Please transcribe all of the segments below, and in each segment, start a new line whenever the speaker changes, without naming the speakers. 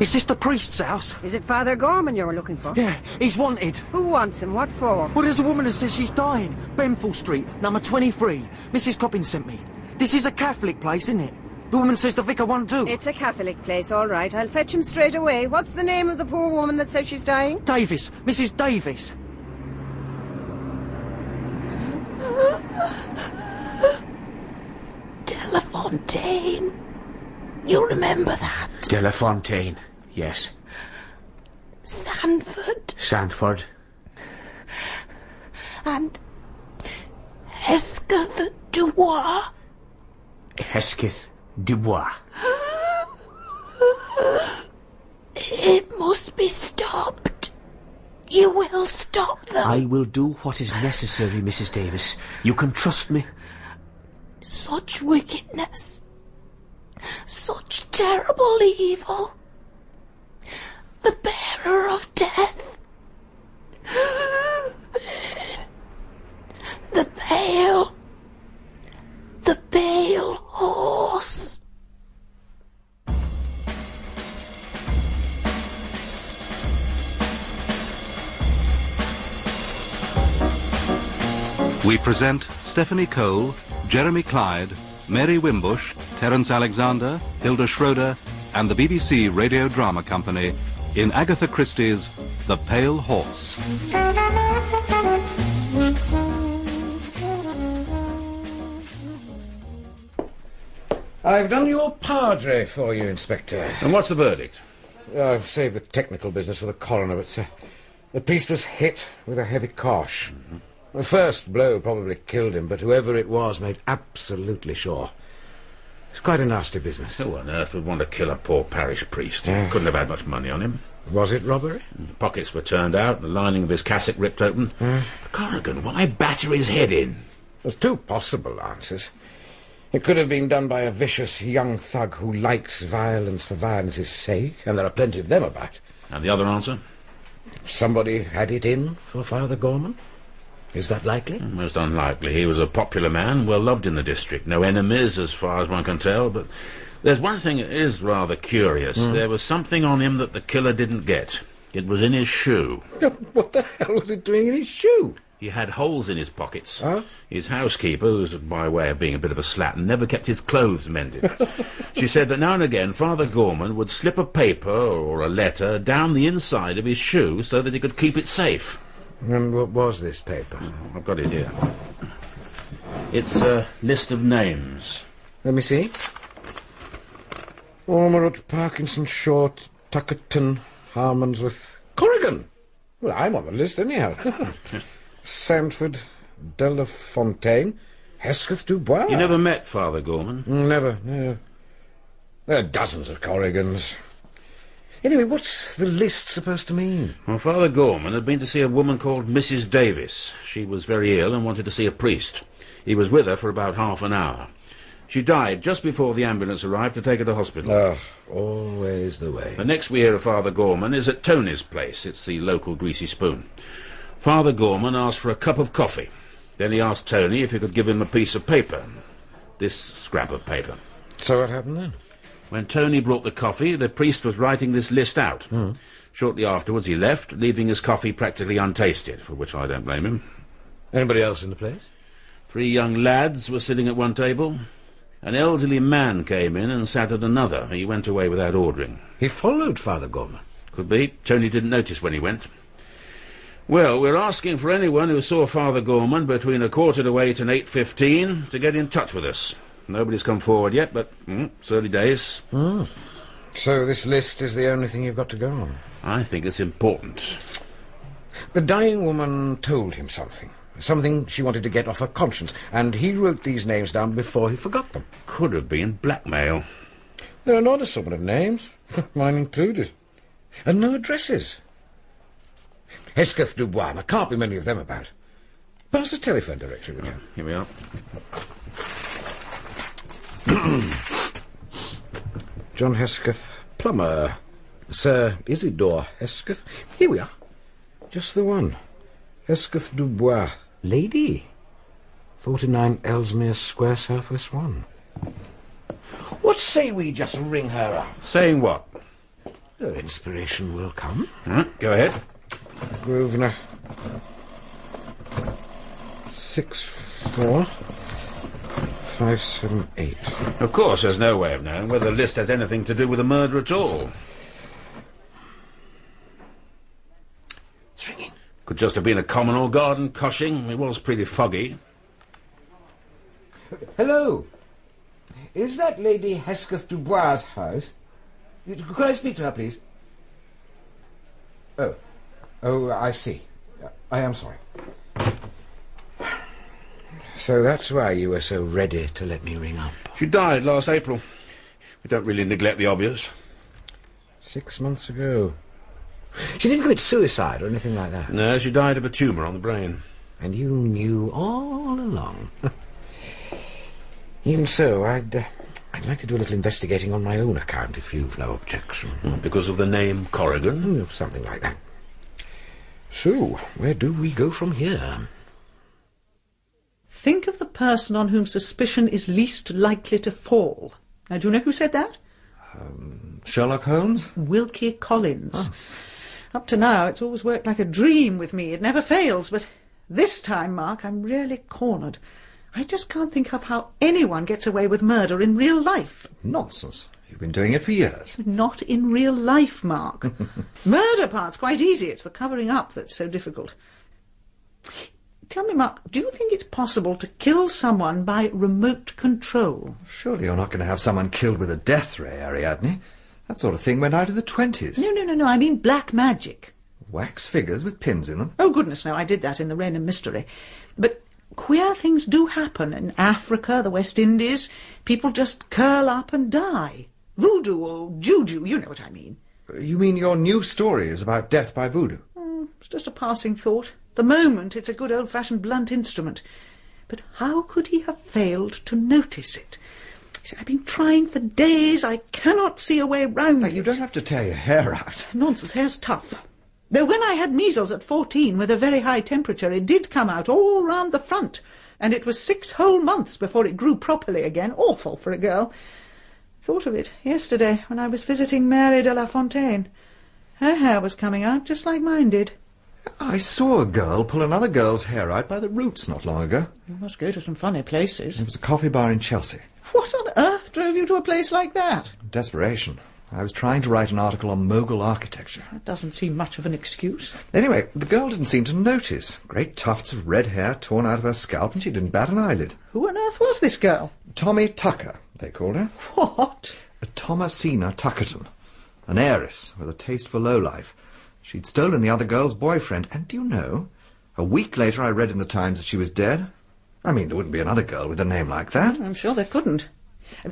Is this the priest's house?
Is it Father Gorman you're looking for?
Yeah, he's wanted.
Who wants him? What for?
Well, there's a woman that says she's dying. Benfall Street, number 23. Mrs. Coppin sent me. This is a Catholic place, isn't it? The woman says the vicar won't do.
It's a Catholic place, all right. I'll fetch him straight away. What's the name of the poor woman that says she's dying?
Davis, Mrs. Davis.
Delafontaine. You remember that?
Delafontaine, yes.
Sanford
Sandford,
and Hesca the Dubois.
Hesketh, Dubois.
It must be stopped. You will stop them.
I will do what is necessary, Mrs. Davis. You can trust me.
Such wickedness. Such terrible evil. The bearer of death. The pale. The pale horse.
We present Stephanie Cole, Jeremy Clyde, Mary Wimbush, Terence Alexander, Hilda Schroeder, and the BBC Radio Drama Company in Agatha Christie's The Pale Horse.
I've done your padre for you, Inspector.
And what's the verdict?
I've saved the technical business for the coroner, but uh, the priest was hit with a heavy cosh.
Mm-hmm.
The first blow probably killed him, but whoever it was made absolutely sure. It's quite a nasty business.
Who on earth would want to kill a poor parish priest? Couldn't have had much money on him.
Was it robbery?
The pockets were turned out, the lining of his cassock ripped open. But Corrigan, why batter his head in?
There's two possible answers. It could have been done by a vicious young thug who likes violence for violence's sake, and there are plenty of them about.
And the other answer?
Somebody had it in for Father Gorman? Is that likely?
Hmm, Most unlikely. He was a popular man, well loved in the district. No enemies, as far as one can tell, but there's one thing that is rather curious.
Hmm.
There was something on him that the killer didn't get. It was in his shoe.
What the hell was it doing in his shoe?
He had holes in his pockets.
Huh?
His housekeeper, who's by way of being a bit of a slattern, never kept his clothes mended. she said that now and again Father Gorman would slip a paper or a letter down the inside of his shoe so that he could keep it safe. Oh,
And what was this paper?
I've got it here. It's a list of names.
Let me see. Ormerod, Parkinson, Short, Tuckerton, Harmonsworth, Corrigan. Well, I'm on the list anyhow. Sanford, Delafontaine, Hesketh Dubois. Mm,
You never met Father Gorman.
Never, no. There are dozens of Corrigans. Anyway, what's the list supposed to mean?
Well, Father Gorman had been to see a woman called Mrs. Davis. She was very ill and wanted to see a priest. He was with her for about half an hour. She died just before the ambulance arrived to take her to hospital.
Ah, always the way.
The next we hear of Father Gorman is at Tony's place. It's the local greasy spoon. Father Gorman asked for a cup of coffee. Then he asked Tony if he could give him a piece of paper. This scrap of paper.
So what happened then?
When Tony brought the coffee, the priest was writing this list out.
Hmm.
Shortly afterwards, he left, leaving his coffee practically untasted, for which I don't blame him.
Anybody else in the place?
Three young lads were sitting at one table. An elderly man came in and sat at another. He went away without ordering.
He followed Father Gorman.
Could be. Tony didn't notice when he went. Well, we're asking for anyone who saw Father Gorman between a quarter to eight and eight fifteen to get in touch with us. Nobody's come forward yet, but mm, it's early days.
Hmm. So this list is the only thing you've got to go on.
I think it's important.
The dying woman told him something. Something she wanted to get off her conscience, and he wrote these names down before he forgot them.
Could have been blackmail.
There are an odd assortment of names, mine included. And no addresses. Hesketh Dubois, and there can't be many of them about. Pass the telephone directory, would you?
Here we are.
John Hesketh, plumber. Sir Isidore Hesketh. Here we are. Just the one. Hesketh Dubois, lady. 49 Ellesmere Square, Southwest 1. What say we just ring her up?
Saying what?
Oh, inspiration will come.
Huh? Go ahead.
Grosvenor. Six four five seven eight.
Of course, there's no way of knowing whether the list has anything to do with the murder at all.
It's ringing.
Could just have been a common or garden cushing. It was pretty foggy.
Hello. Is that Lady Hesketh Dubois' house? You- Could I speak to her, please? Oh. Oh, I see. I am sorry. So that's why you were so ready to let me ring up.
She died last April. We don't really neglect the obvious.
Six months ago. She didn't commit suicide or anything like that.
No, she died of a tumour on the brain.
And you knew all along. Even so, I'd, uh, I'd like to do a little investigating on my own account, if you've no objection.
Because of the name Corrigan?
Hmm, Something like that. So, where do we go from here?
Think of the person on whom suspicion is least likely to fall. Now, do you know who said that?
Sherlock Holmes?
Wilkie Collins. Up to now, it's always worked like a dream with me. It never fails. But this time, Mark, I'm really cornered. I just can't think of how anyone gets away with murder in real life.
Nonsense. You've been doing it for years.
Not in real life, Mark. murder part's quite easy. It's the covering up that's so difficult. Tell me, Mark, do you think it's possible to kill someone by remote control?
Surely you're not going to have someone killed with a death ray, Ariadne. That sort of thing went out in the 20s.
No, no, no, no. I mean black magic.
Wax figures with pins in them.
Oh, goodness, no, I did that in the Rain and Mystery. But queer things do happen in Africa, the West Indies. People just curl up and die. Voodoo or juju, you know what I mean.
You mean your new story is about death by voodoo?
Hmm, It's just a passing thought. The moment it's a good old-fashioned blunt instrument. But how could he have failed to notice it? He said, I've been trying for days. I cannot see a way round
Now,
it.
you don't have to tear your hair out.
Nonsense, hair's tough. Though when I had measles at fourteen with a very high temperature, it did come out all round the front, and it was six whole months before it grew properly again. Awful for a girl. Thought of it yesterday when I was visiting Mary de la Fontaine. Her hair was coming out just like mine did.
I saw a girl pull another girl's hair out by the roots not long ago.
You must go to some funny places.
It was a coffee bar in Chelsea.
What on earth drove you to a place like that?
Desperation. I was trying to write an article on mogul architecture.
That doesn't seem much of an excuse.
Anyway, the girl didn't seem to notice. Great tufts of red hair torn out of her scalp, and she didn't bat an eyelid.
Who on earth was this girl?
Tommy Tucker, they called her.
What?
A Thomasina Tuckerton. An heiress with a taste for low life. She'd stolen the other girl's boyfriend, and do you know? A week later I read in the Times that she was dead. I mean, there wouldn't be another girl with a name like that.
I'm sure they couldn't.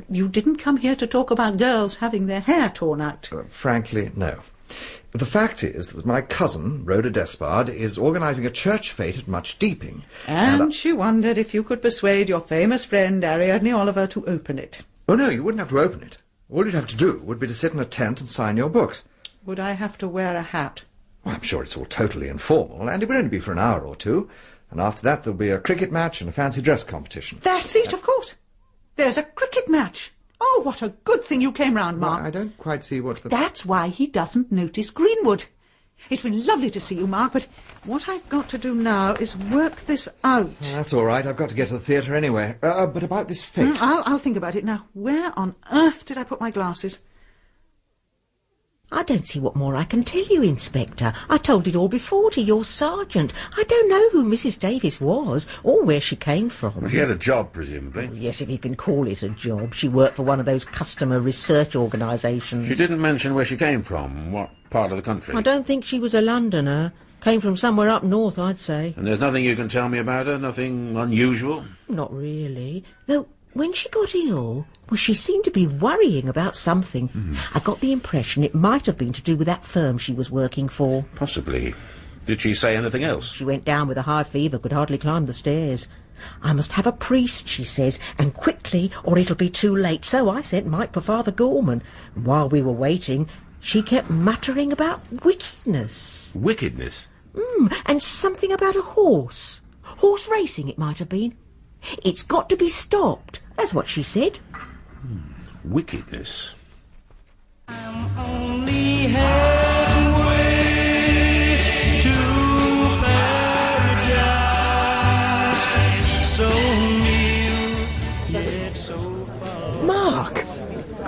You didn't come here to talk about girls having their hair torn out.
Uh, frankly, no. The fact is that my cousin, Rhoda Despard, is organising a church fete at Much Deeping.
And
I-
she wondered if you could persuade your famous friend Ariadne Oliver to open it.
Oh, no, you wouldn't have to open it. All you'd have to do would be to sit in a tent and sign your books.
Would I have to wear a hat?
Well, I'm sure it's all totally informal, and it would only be for an hour or two. And after that, there'll be a cricket match and a fancy dress competition.
That's it, of course. There's a cricket match. Oh, what a good thing you came round,
Well,
Mark.
I don't quite see what the...
That's why he doesn't notice Greenwood. It's been lovely to see you, Mark, but what I've got to do now is work this out.
Oh, That's all right. I've got to get to the theatre anyway. Uh, but about this fate...
Mm, I'll, I'll think about it now. Where on earth did I put my glasses?
I don't see what more I can tell you, Inspector. I told it all before to your sergeant. I don't know who Mrs. Davis was or where she came from.
Well, she had a job, presumably.
Yes, if you can call it a job. She worked for one of those customer research organisations.
She didn't mention where she came from, what part of the country.
I don't think she was a Londoner. Came from somewhere up north, I'd say.
And there's nothing you can tell me about her, nothing unusual.
Not really. Though, when she got ill, well, she seemed to be worrying about something.
Mm-hmm.
I got the impression it might have been to do with that firm she was working for.
Possibly. Did she say anything else?
She went down with a high fever, could hardly climb the stairs. I must have a priest, she says, and quickly, or it'll be too late. So I sent Mike for Father Gorman. While we were waiting, she kept muttering about wickedness
Wickedness.
Mm, and something about a horse. Horse racing, it might have been. It's got to be stopped. That's what she said.
Wickedness.
only
halfway to paradise. So near, yet so
Mark!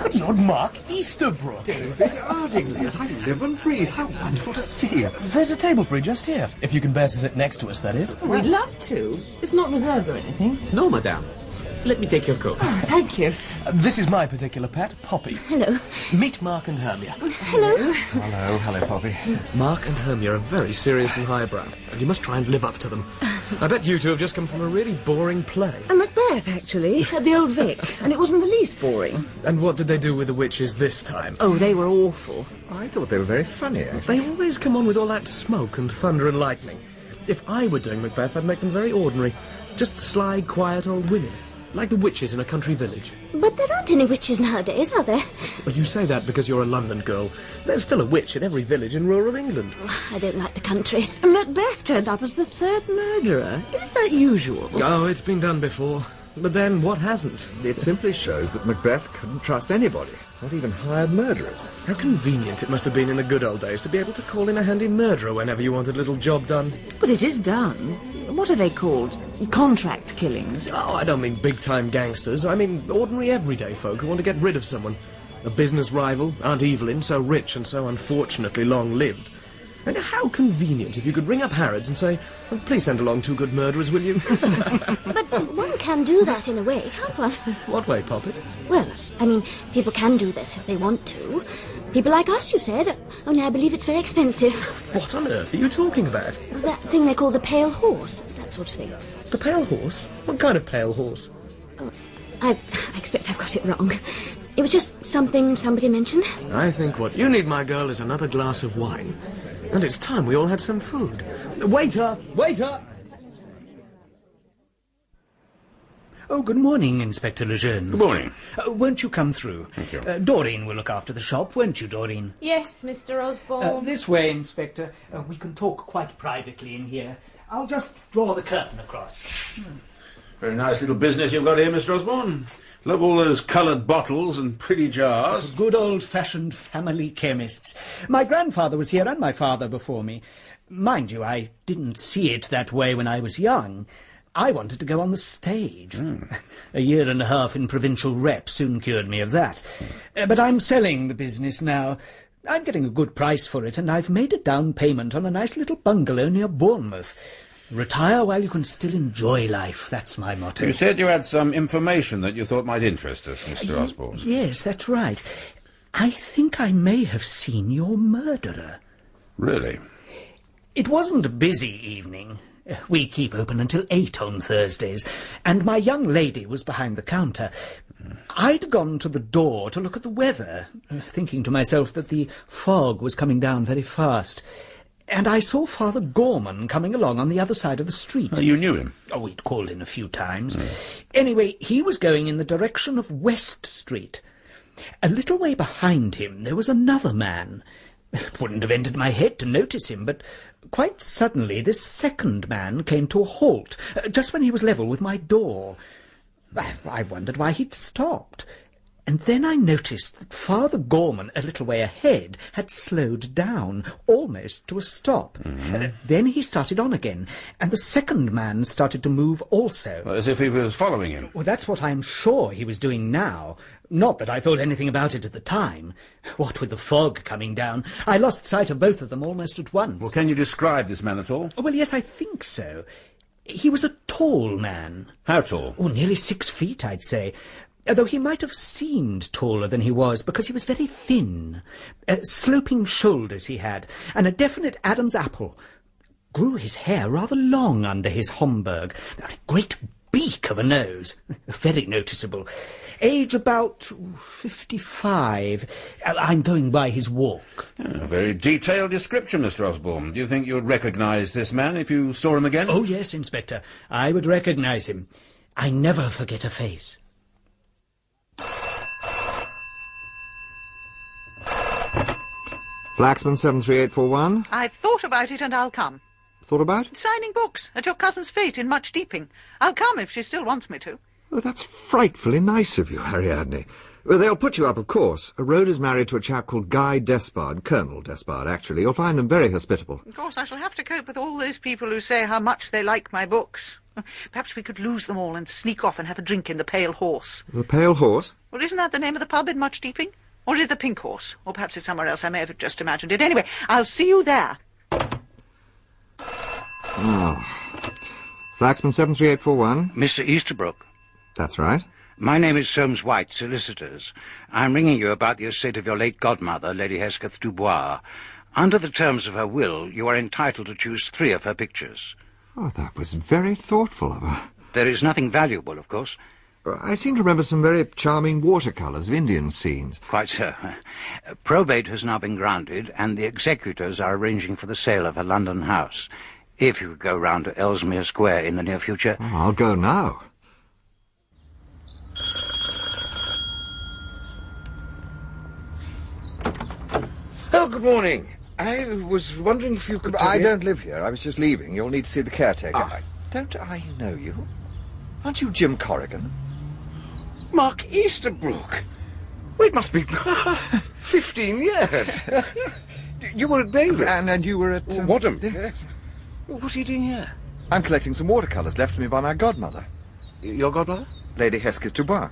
Good Lord, Mark Easterbrook! David
Ardingly, I live and breathe. How wonderful to see you.
There's a table free just here, if you can bear to sit next to us, that is.
We'd love to. It's not reserved or anything.
No, madame. Let me take your coat.
Thank you.
This is my particular pet, Poppy. Hello. Meet Mark and Hermia.
Hello.
Hello, hello, Poppy.
Mark and Hermia are very serious and highbrow, and you must try and live up to them. I bet you two have just come from a really boring play.
A Macbeth, actually, at the Old Vic, and it wasn't the least boring.
And what did they do with the witches this time? eh?
Oh, they were awful.
Hmm.
I thought they were very funny,
They always come on with all that smoke and thunder and lightning. If I were doing Macbeth, I'd make them very ordinary. Just sly, quiet old women. Like the witches in a country village.
But there aren't any witches nowadays, are there?
But you say that because you're a London girl. There's still a witch in every village in rural England.
I don't like the country.
Macbeth turned up as the third murderer. Is that usual?
Oh, it's been done before. But then what hasn't?
It simply shows that Macbeth couldn't trust anybody, not even hired murderers.
How convenient it must have been in the good old days to be able to call in a handy murderer whenever you wanted a little job done.
But it is done. What are they called? Contract killings.
Oh, I don't mean big time gangsters. I mean ordinary everyday folk who want to get rid of someone. A business rival, Aunt Evelyn, so rich and so unfortunately long lived. And how convenient if you could ring up Harrods and say, "Oh, please send along two good murderers, will you?
One can do that in a way, can't one?
what way, Poppet?
Well, I mean, people can do that if they want to. People like us, you said, only I believe it's very expensive.
What on earth are you talking about?
That thing they call the pale horse, that sort of thing.
The pale horse? What kind of pale horse?
I, I expect I've got it wrong. It was just something somebody mentioned.
I think what you need, my girl, is another glass of wine. And it's time we all had some food. Waiter! Waiter!
Oh, good morning, Inspector Lejeune. Good
morning.
Uh, won't you come through? Thank you. Uh, Doreen will look after the shop, won't you, Doreen?
Yes, Mr.
Uh,
Osborne.
this way, Inspector. Uh, we can talk quite privately in here. I'll just draw the curtain across.
Very nice little business you've got here, Mr. Osborne. Love all those coloured bottles and pretty jars.
Good old-fashioned family chemists. My grandfather was here and my father before me. Mind you, I didn't see it that way when I was young. I wanted to go on the stage.
Hmm.
A year and a half in provincial rep soon cured me of that. Uh, but I'm selling the business now. I'm getting a good price for it, and I've made a down payment on a nice little bungalow near Bournemouth. Retire while you can still enjoy life, that's my motto.
You said you had some information that you thought might interest us,
Uh,
Mr. Osborne.
Yes, that's right. I think I may have seen your murderer.
Really?
It wasn't a busy evening. Uh, We keep open until eight on Thursdays, and my young lady was behind the counter. I'd gone to the door to look at the weather, uh, thinking to myself that the fog was coming down very fast. And I saw Father Gorman coming along on the other side of the street.
Oh, you knew him?
Oh, he'd called in a few times. Anyway, he was going in the direction of West Street. A little way behind him there was another man. It wouldn't have entered my head to notice him, but quite suddenly this second man came to a halt, uh, just when he was level with my door. I I wondered why he'd stopped. And then I noticed that Father Gorman, a little way ahead, had slowed down, almost to a stop. Uh, then he started on again, and the second man started to move also.
As if he was following him.
Well, that's what I'm sure he was doing now. Not that I thought anything about it at the time. What with the fog coming down, I lost sight of both of them almost at once. Oh,
Well, can you describe this man at all?
Well, yes, I think so. He was a tall man.
How tall?
Oh, nearly six feet, I'd say. Though he might have seemed taller than he was, because he was very thin. Uh, sloping shoulders he had, and a definite Adam's apple. Grew his hair rather long under his Homburg. A great beak of a nose. Very noticeable. Age about fifty-five. Uh, I'm going by his walk.
A very detailed description, Mr. Osborne. Do you think you would recognise this man if you saw him again?
Oh, yes, Inspector. I would recognize him. I never forget a face.
Flaxman 73841.
I've thought about it and I'll come.
Thought about?
Signing books at your cousin's fete in Much Deeping. I'll come if she still wants me to.
Oh, that's frightfully nice of you, Harry Adney. Well, They'll put you up, of course. Rhoda is married to a chap called Guy Despard, Colonel Despard, actually. You'll find them very hospitable.
Of course, I shall have to cope with all those people who say how much they like my books. Perhaps we could lose them all and sneak off and have a drink in the Pale Horse.
The Pale Horse?
Well, isn't that the name of the pub in Much Deeping? Or is it the Pink Horse? Or perhaps it's somewhere else. I may have just imagined it. Anyway, I'll see you there.
Ah. Flaxman 73841.
Mr. Easterbrook,
That's right.
my name is Soames White, solicitors. I'm ringing you about the estate of your late godmother, Lady Hesketh Dubois. Under the terms of her will, you are entitled to choose three of her pictures.
Oh, that was very thoughtful of her.
There is nothing valuable, of course.
Uh, I seem to remember some very charming watercolours of Indian scenes.
Quite so. Probate has now been granted, and the executors are arranging for the sale of her London house. If you could go round to Ellesmere Square in the near future.
I'll go now.
Oh, good morning. I was wondering if you could. tell
I
me-
don't live here. I was just leaving. You'll need to see the caretaker.
Ah.
I- Don't I know you? Aren't you Jim Corrigan?
Mark Easterbrook. Well, it must be fifteen years. you were at Bainbridge,
and, and you were at um,
Wadham. Yes. What are you doing here?
I'm collecting some watercolours left to me by my godmother,
Your godmother?
Lady Hesketh Dubois.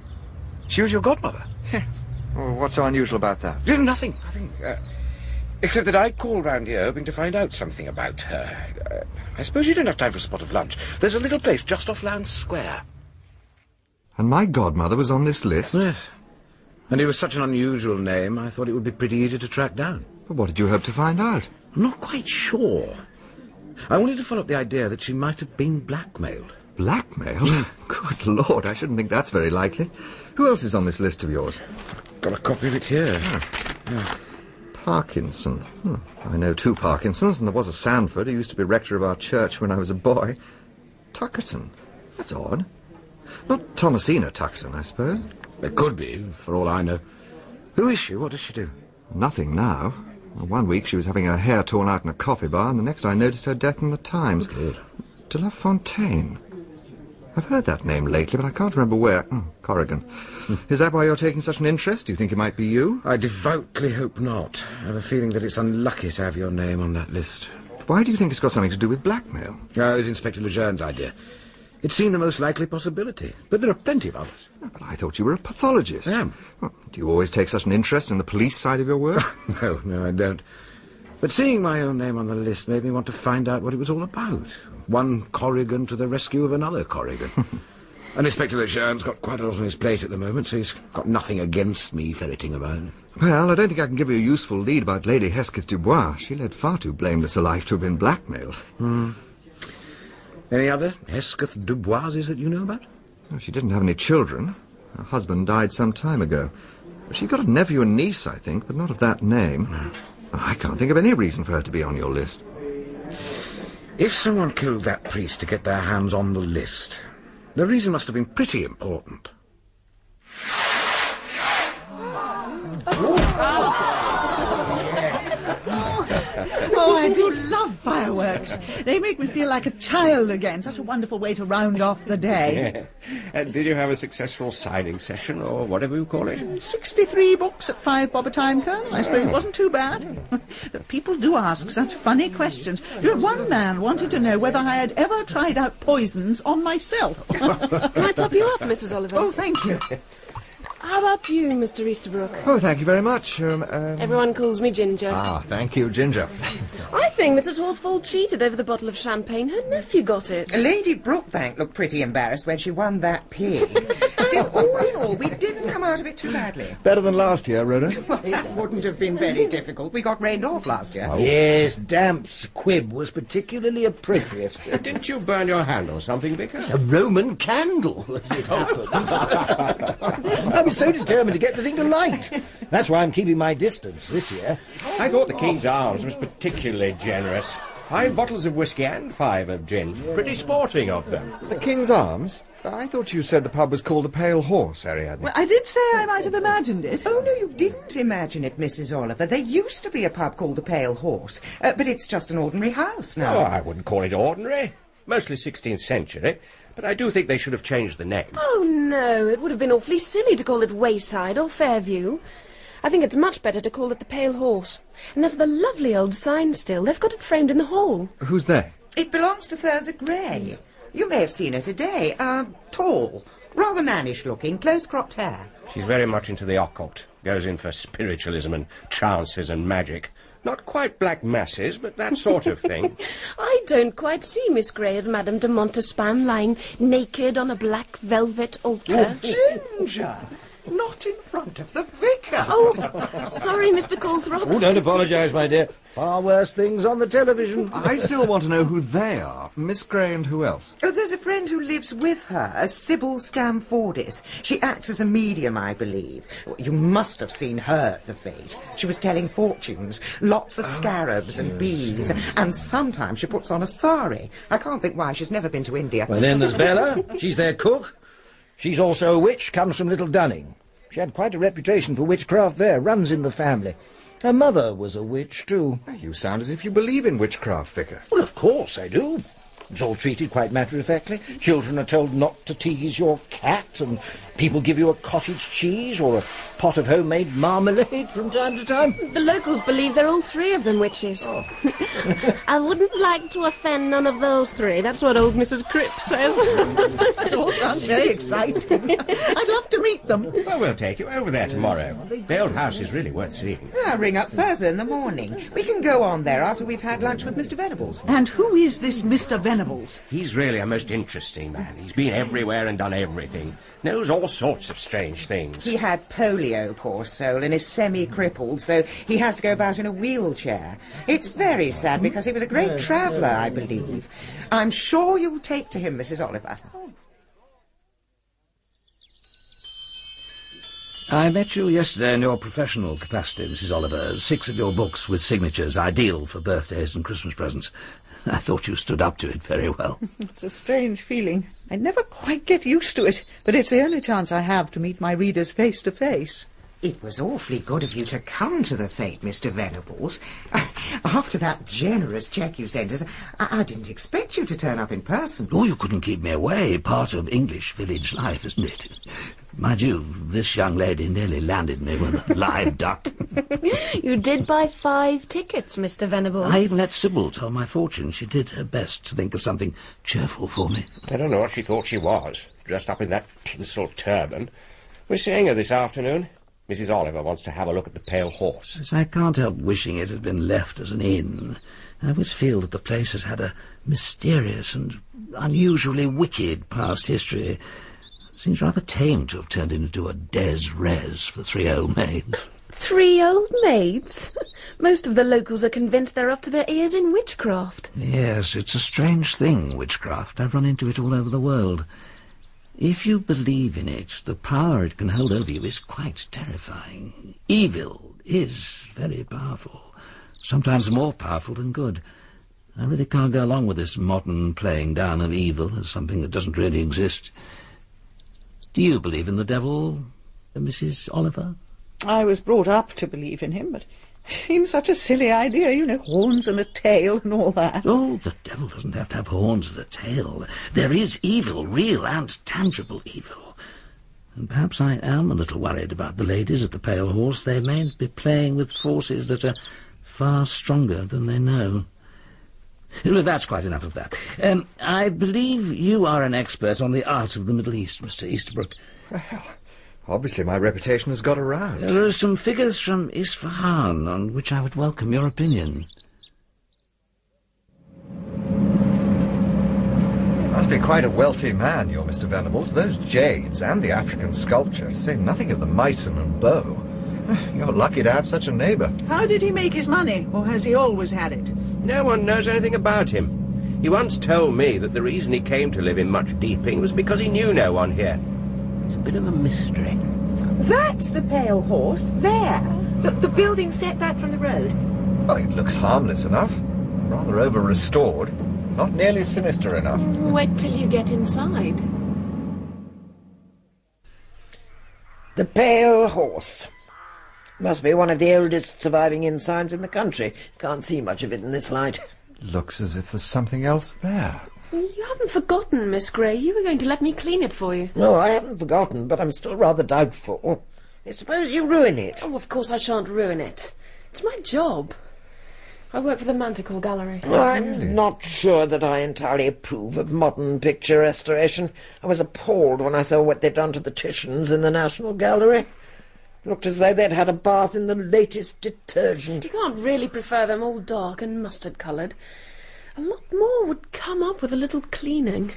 She was your godmother.
Yes. Well, what's so unusual about that?
No, Nothing. Nothing. Uh, except that I called round here hoping to find out something about her. Uh, I suppose you don't have time for a spot of lunch. There's a little place just off Lowndes Square.
And my godmother was on this list.
Yes. And it was such an unusual name, I thought it would be pretty easy to track down.
But what did you hope to find out?
I'm not quite sure. I wanted to follow up the idea that she might have been blackmailed. Hmm.
Blackmailed? Good lord, I shouldn't think that's very likely. Who else is on this list of yours? Ah.
Got a copy of it here.
Parkinson. Hmm. I know two Parkinsons, and there was a Sanford who used to be rector of our church when I was a boy. Tuckerton. That's odd. Not Thomasina Tuckerton, I suppose.
It could be, for all I know. Who is she? What does she do?
Nothing now. Well, One week she was having her hair torn out in a coffee bar, and the next I noticed her death in the Times. Good. De La Fontaine. I've heard that name lately, but I can't remember where. Oh, Corrigan. Is that why you're taking such an interest? Do you think it might be you?
Hmm. I devoutly hope not. I have a feeling that it's unlucky to have your name on that list.
Why do you think it's got something to do with blackmail?
No, it was Inspector Lejeune's idea. It seemed the most likely possibility, but there are plenty of others.
But I thought you were a pathologist. Hmm.
I am.
Do you always take such an interest in the police side of your work?
No, no, I don't. But seeing my own name on the list made me want to find out what it was all about. One Corrigan to the rescue of another Corrigan. and Inspector Lejeune's got quite a lot on his plate at the moment, so he's got nothing against me ferreting about.
Well, I don't think I can give you a useful lead about Lady Hesketh Dubois. She led far too blameless a life to have been blackmailed.
Hmm. Any other Hesketh Duboises that you know about?
Oh, She didn't have any children. Her husband died some time ago. She got a nephew and niece, I think, but not of that name. I can't think of any reason for her to be on your list.
If someone killed that priest to get their hands on the list, the reason must have been pretty important.
Oh, I do love fireworks. They make me feel like a child again. Such a wonderful way to round off the day.
and did you have a successful signing session or whatever you call it?
63 books at five bob a time, Colonel. I suppose it wasn't too bad. but people do ask such funny questions. You know, One man wanted to know whether I had ever tried out poisons on myself.
Can I top you up, Mrs. Oliver?
Oh, thank you.
How about you, Mr. Easterbrook?
Oh, thank you very much. Um, um,
Everyone calls me Ginger.
Ah, thank you, Ginger.
I think Mrs. Horsfall cheated over the bottle of champagne. Her nephew got it.
Lady Brookbank looked pretty embarrassed when she won that pig. Still, all in all, Oh, we didn't come out of it too badly.
Better than last year, Rhoda.
Well, that wouldn't have been very difficult. We got rained off last year.
Oh.
Oh.
Yes, Damp's quib was particularly appropriate.
Didn't you burn your hand or something, Vicar?
A Roman candle, as it happened. I was so determined to get the thing to light. That's why I'm keeping my distance this year.
I thought the King's Arms was particularly generous. Five bottles of whisky and five of gin. Pretty sporting of them.
The King's Arms? I thought you said the pub was called the Pale Horse, Ariadne.
Well, I did say I might have imagined it.
Oh, no, you didn't imagine it, Mrs. Oliver. There used to be a pub called the Pale Horse, uh, but it's just an ordinary house now.
No, Oh, I wouldn't call it ordinary. Mostly 16th century. But I do think they should have changed the name.
Oh, no, it would have been awfully silly to call it Wayside or Fairview. I think it's much better to call it the Pale Horse. And there's the lovely old sign still. They've got it framed in the hall.
Who's they?
It belongs to Thurza Gray. You may have seen her today. Uh, tall, rather mannish looking, close cropped hair.
She's very much into the occult. Goes in for spiritualism and trances and magic. Not quite black masses, but that sort of thing.
I don't quite see Miss Grey as Madame de Montespan lying naked on a black velvet altar.
Ginger! Oh, Not in front of the vicar.
Oh, sorry, Mr. Calthrop.
Oh, don't apologise, my dear. Far worse things on the television.
I still want to know who they are. Miss Gray and who else?
Oh, there's a friend who lives with her, a Sybil Stamfordis. She acts as a medium, I believe. You must have seen her at the fete. She was telling fortunes, lots
Ah,
of scarabs and bees, and sometimes she puts on a sari. I can't think why she's never been to India.
Well, then there's Bella. She's their cook. She's also a witch, comes from Little Dunning. She had quite a reputation for witchcraft there, runs in the family. Her mother was a witch, too.
You sound as if you believe in witchcraft, Vicar.
Well, of course I do. It's all treated quite matter-of-factly. Children are told not to tease your cat, and people give you a cottage cheese or a pot of homemade marmalade from time to time.
The locals believe they're all three of them witches.
Oh.
I wouldn't like to offend none of those three. That's what old Mrs. Cripps says.
It all sounds very exciting. I'd love to meet them.
Well, we'll take you over there tomorrow. The old house is really worth seeing.
Ah, ring up Thurza in the morning. We can go on there after we've had lunch with Mr. Venables.
And who is this Mr. Venables?
He's really a most interesting man. He's been everywhere and done everything. Knows all sorts of strange things.
He had polio, poor soul, and is semi-crippled, so he has to go about in a wheelchair. It's very sad because he was a great traveller, I believe. I'm sure you'll take to him, Mrs. Oliver.
I met you yesterday in your professional capacity, Mrs. Oliver. Six of your books with signatures, ideal for birthdays and Christmas presents. I thought you stood up to it very well.
It's a strange feeling. I never quite get used to it, but it's the only chance I have to meet my readers face to face.
It was awfully good of you to come to the fete, Mr. Venables. After that generous cheque you sent us, I, I didn't expect you to turn up in person.
Oh, you couldn't keep me away. Part of English village life, isn't it? Mind you, this young lady nearly landed me with a live duck.
you did buy five tickets, Mr. Venables.
I even let Sybil tell my fortune. She did her best to think of something cheerful for me.
I don't know what she thought she was, dressed up in that tinsel turban. We're seeing her this afternoon. Mrs. Oliver wants to have a look at the pale horse.
Yes, I can't help wishing it had been left as an inn. I always feel that the place has had a mysterious and unusually wicked past history. Seems rather tame to have turned into a des res for three old maids.
Three old maids? Most of the locals are convinced they're up to their ears in witchcraft.
Yes, it's a strange thing, witchcraft. I've run into it all over the world. If you believe in it, the power it can hold over you is quite terrifying. Evil is very powerful, sometimes more powerful than good. I really can't go along with this modern playing down of evil as something that doesn't really exist. Do you believe in the devil, Mrs. Oliver?
I was brought up to believe in him, but it seems such a silly idea, you know, horns and a tail and all that.
Oh, the devil doesn't have to have horns and a tail. There is evil, real and tangible evil. And perhaps I am a little worried about the ladies at the Pale Horse. They may be playing with forces that are far stronger than they know. Well, that's quite enough of that. Um, I believe you are an expert on the art of the Middle East, Mr. Easterbrook.
Obviously, my reputation has got around.
There are some figures from Isfahan on which I would welcome your opinion.
Must be quite a wealthy man, your Mr. Venables. Those jades and the African sculpture, to say nothing of the meissen and bow. You're lucky to have such a neighbour.
How did he make his money, or has he always had it?
No one knows anything about him. He once told me that the reason he came to live in Much Deeping was because he knew no one here.
It's a bit of a mystery.
That's the pale horse there. Look, the building set back from the road.
Well, it looks harmless enough. Rather over restored. Not nearly sinister enough.
Wait till you get inside.
The Pale Horse. Must be one of the oldest surviving inn signs in the country. Can't see much of it in this light.
Looks as if there's something else there.
You haven't forgotten, Miss Grey. You were going to let me clean it for you.
No, I haven't forgotten, but I'm still rather doubtful. I suppose you ruin it.
Oh, of course I shan't ruin it. It's my job. I work for the Manticore Gallery.
Well, I'm not sure that I entirely approve of modern picture restoration. I was appalled when I saw what they'd done to the Titians in the National Gallery. Looked as though they'd had a bath in the latest detergent.
You can't really prefer them all dark and mustard coloured. A lot more would come up with a little cleaning.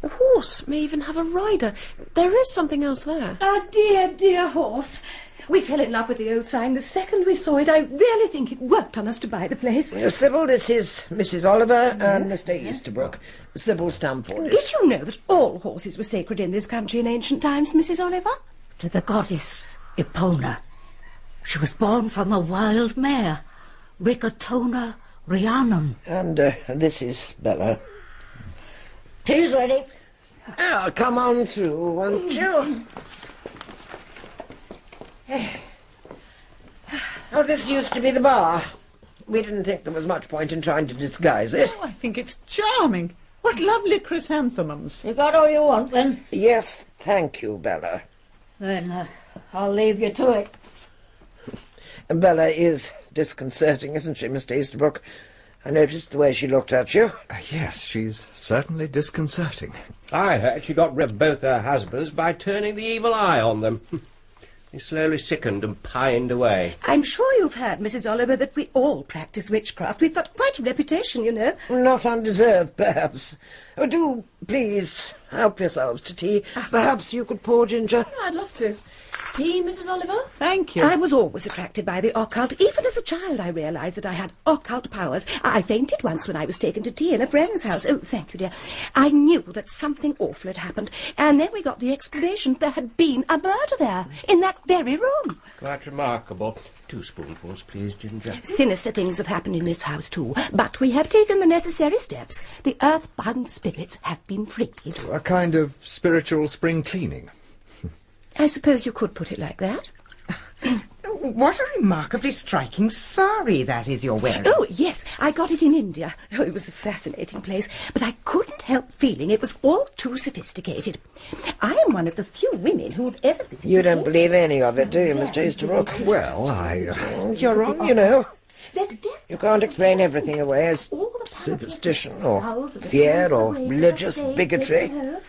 The horse may even have a rider. There is something else there.
Our dear, dear horse. We fell in love with the old sign the second we saw it. I really think it worked on us to buy the place.
Uh, Sybil, this is Mrs. Oliver and Mr. Easterbrook. Sybil Stamford.
Did you know that all horses were sacred in this country in ancient times, Mrs. Oliver?
to the
Oh,
goddess Epona. She was born from a wild mare, Ricotona Rhiannon.
And uh, this is Bella.
Tea's ready.
Oh, come on through, won't you? Oh, this used to be the bar. We didn't think there was much point in trying to disguise it.
Oh, I think it's charming. What lovely chrysanthemums.
You got all you want, then?
Yes, thank you, Bella.
Then uh, I'll leave you to it.
Bella is disconcerting, isn't she, Mr. Easterbrook? I noticed the way she looked at you.
Yes, she's certainly disconcerting.
I heard she got rid of both her husbands by turning the evil eye on them. They slowly sickened and pined away.
I'm sure you've heard, Mrs. Oliver, that we all practice witchcraft. We've got quite a reputation, you know.
Not undeserved, perhaps. Oh, do please help yourselves to tea. Perhaps you could pour ginger.
I'd love to. Tea, Mrs. Oliver?
Thank
I was always attracted by the occult. Even as a child, I realized that I had occult powers. I fainted once when I was taken to tea in a friend's house. Oh, thank you, dear. I knew that something awful had happened. And then we got the explanation. There had been a murder there, in that very room.
Quite remarkable. Two spoonfuls, please, Ginger.
Sinister things have happened in this house, too. But we have taken the necessary steps. The earthbound spirits have been freed.
A kind of spiritual spring cleaning.
I suppose you could put it like that.
What a remarkably striking sari that is you're wearing.
Oh, yes, I got it in India. Oh, it was a fascinating place, but I couldn't help feeling it was all too sophisticated. I am one of the few women who have ever visited.
You don't believe any of it, do you, Mr. Easterbrook?
Well, I. uh,
Oh, you're wrong, you know.
They're death
You can't explain everything away as superstition or Oh, fear or religious bigotry.
uh,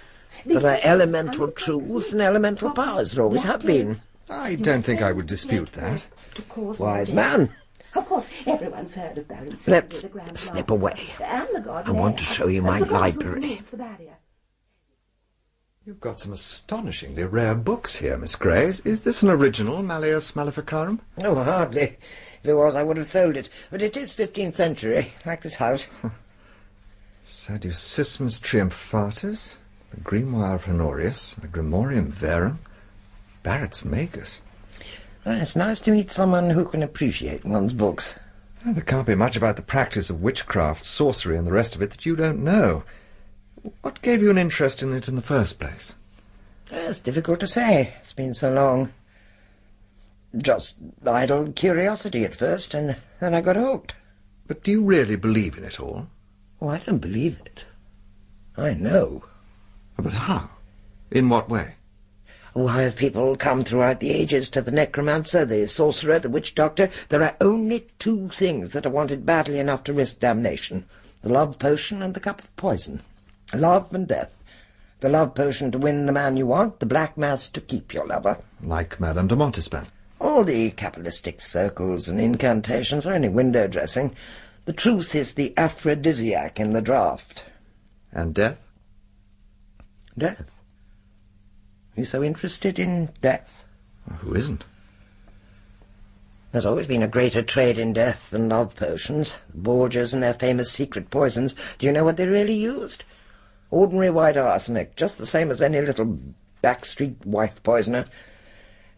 There are elemental truths and elemental powers that always have been.
I don't think I would dispute that.
to cause
Wise
death.
man.
Of course, everyone's heard of Baron Sydney,
Let's
the Grand
slip
Master.
away.
And the god
I want to
Lair.
show you my
The god who
library.
removes the barrier.
You've got some astonishingly rare books here, Miss Gray. Is- Is this an original, Malleus Maleficarum?
No, Oh, hardly. If it was, I would have sold it. But it is 15th century, like this house.
Sadducismus Triumphatus, the Grimoire of Honorius, the Grimorium Verum, Barrett's Magus.
Well, it's nice to meet someone who can appreciate one's books.
Oh, There can't be much about the practice of witchcraft, sorcery, and the rest of it that you don't know. What gave you an interest in it in the first place?
It's difficult to say. It's been so long. Just idle curiosity at first, and then I got hooked.
But do you really believe in it all?
Oh, I don't believe it. I know.
But how? In what way?
Why have people come throughout the ages to the necromancer, the sorcerer, the witch doctor? There are only two things that are wanted badly enough to risk damnation the love potion and the cup of poison. Love and death. The love potion to win the man you want, the black mass to keep your lover.
Like Madame de Montespan.
All the cabalistic circles and incantations are only window dressing. The truth is the aphrodisiac in the draught.
And death?
Death. You so interested in death?
Who isn't?
There's always been a greater trade in death than love potions. The Borgias and their famous secret poisons. Do you know what they really used? Ordinary white arsenic, just the same as any little backstreet wife poisoner.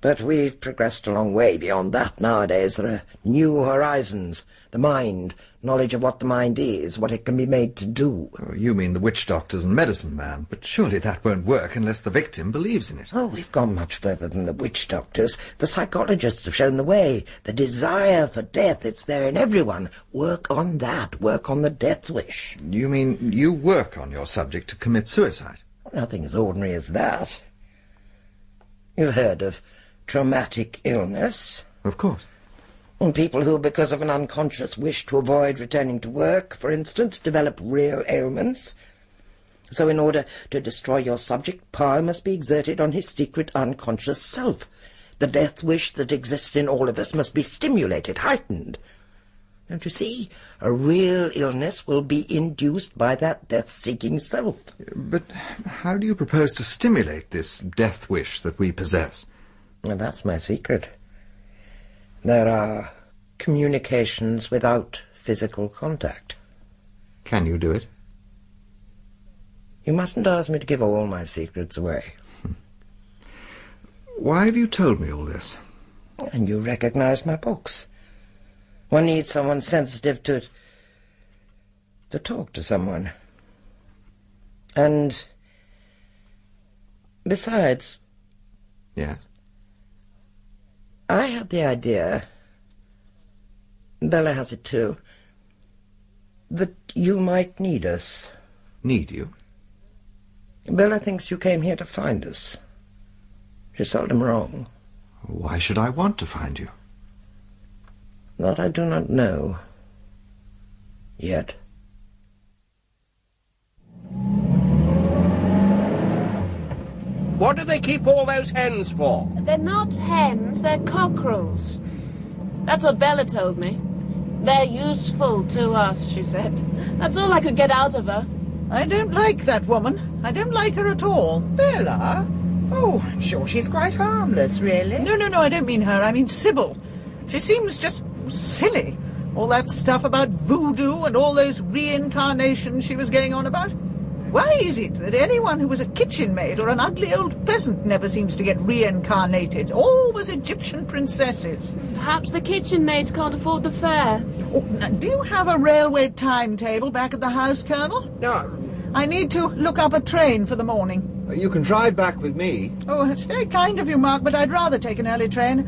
But we've progressed a long way beyond that nowadays. There are new horizons. The mind, knowledge of what the mind is, what it can be made to do.
You mean the witch doctors and medicine man, but surely that won't work unless the victim believes in it.
Oh, we've gone much further than the witch doctors. The psychologists have shown the way. The desire for death, it's there in everyone. Work on that. Work on the death wish.
You mean you work on your subject to commit suicide?
Nothing as ordinary as that. You've heard of traumatic illness.
Of course.
And people who, because of an unconscious wish to avoid returning to work, for instance, develop real ailments. So in order to destroy your subject, power must be exerted on his secret unconscious self. The death wish that exists in all of us must be stimulated, heightened. Don't you see? A real illness will be induced by that death-seeking self.
But how do you propose to stimulate this death wish that we possess?
And that's my secret. There are communications without physical contact.
Can you do it?
You mustn't ask me to give all my secrets away.
Why have you told me all this?
And you recognize my books. One needs someone sensitive to to talk to someone. And besides,
Yes.
I had the idea, Bella has it too, that you might need us.
Need you?
Bella thinks you came here to find us. She's seldom wrong.
Why should I want to find you?
That I do not know. Yet.
What do they keep all those hens for?
They're not hens, they're cockerels. That's what Bella told me. They're useful to us, she said. That's all I could get out of her.
I don't like that woman. I don't like her at all. Bella?
Oh, I'm sure she's quite harmless, really.
No, no, no, I don't mean her. I mean Sybil. She seems just silly. All that stuff about voodoo and all those reincarnations she was going on about. Why is it that anyone who was a kitchen maid or an ugly old peasant never seems to get reincarnated? Always Egyptian princesses.
Perhaps the kitchen maids can't afford the fare.
Oh, now, do you have a railway timetable back at the house, Colonel?
No.
I need to look up a train for the morning.
You can drive back with me.
Oh, that's very kind of you, Mark, but I'd rather take an early train.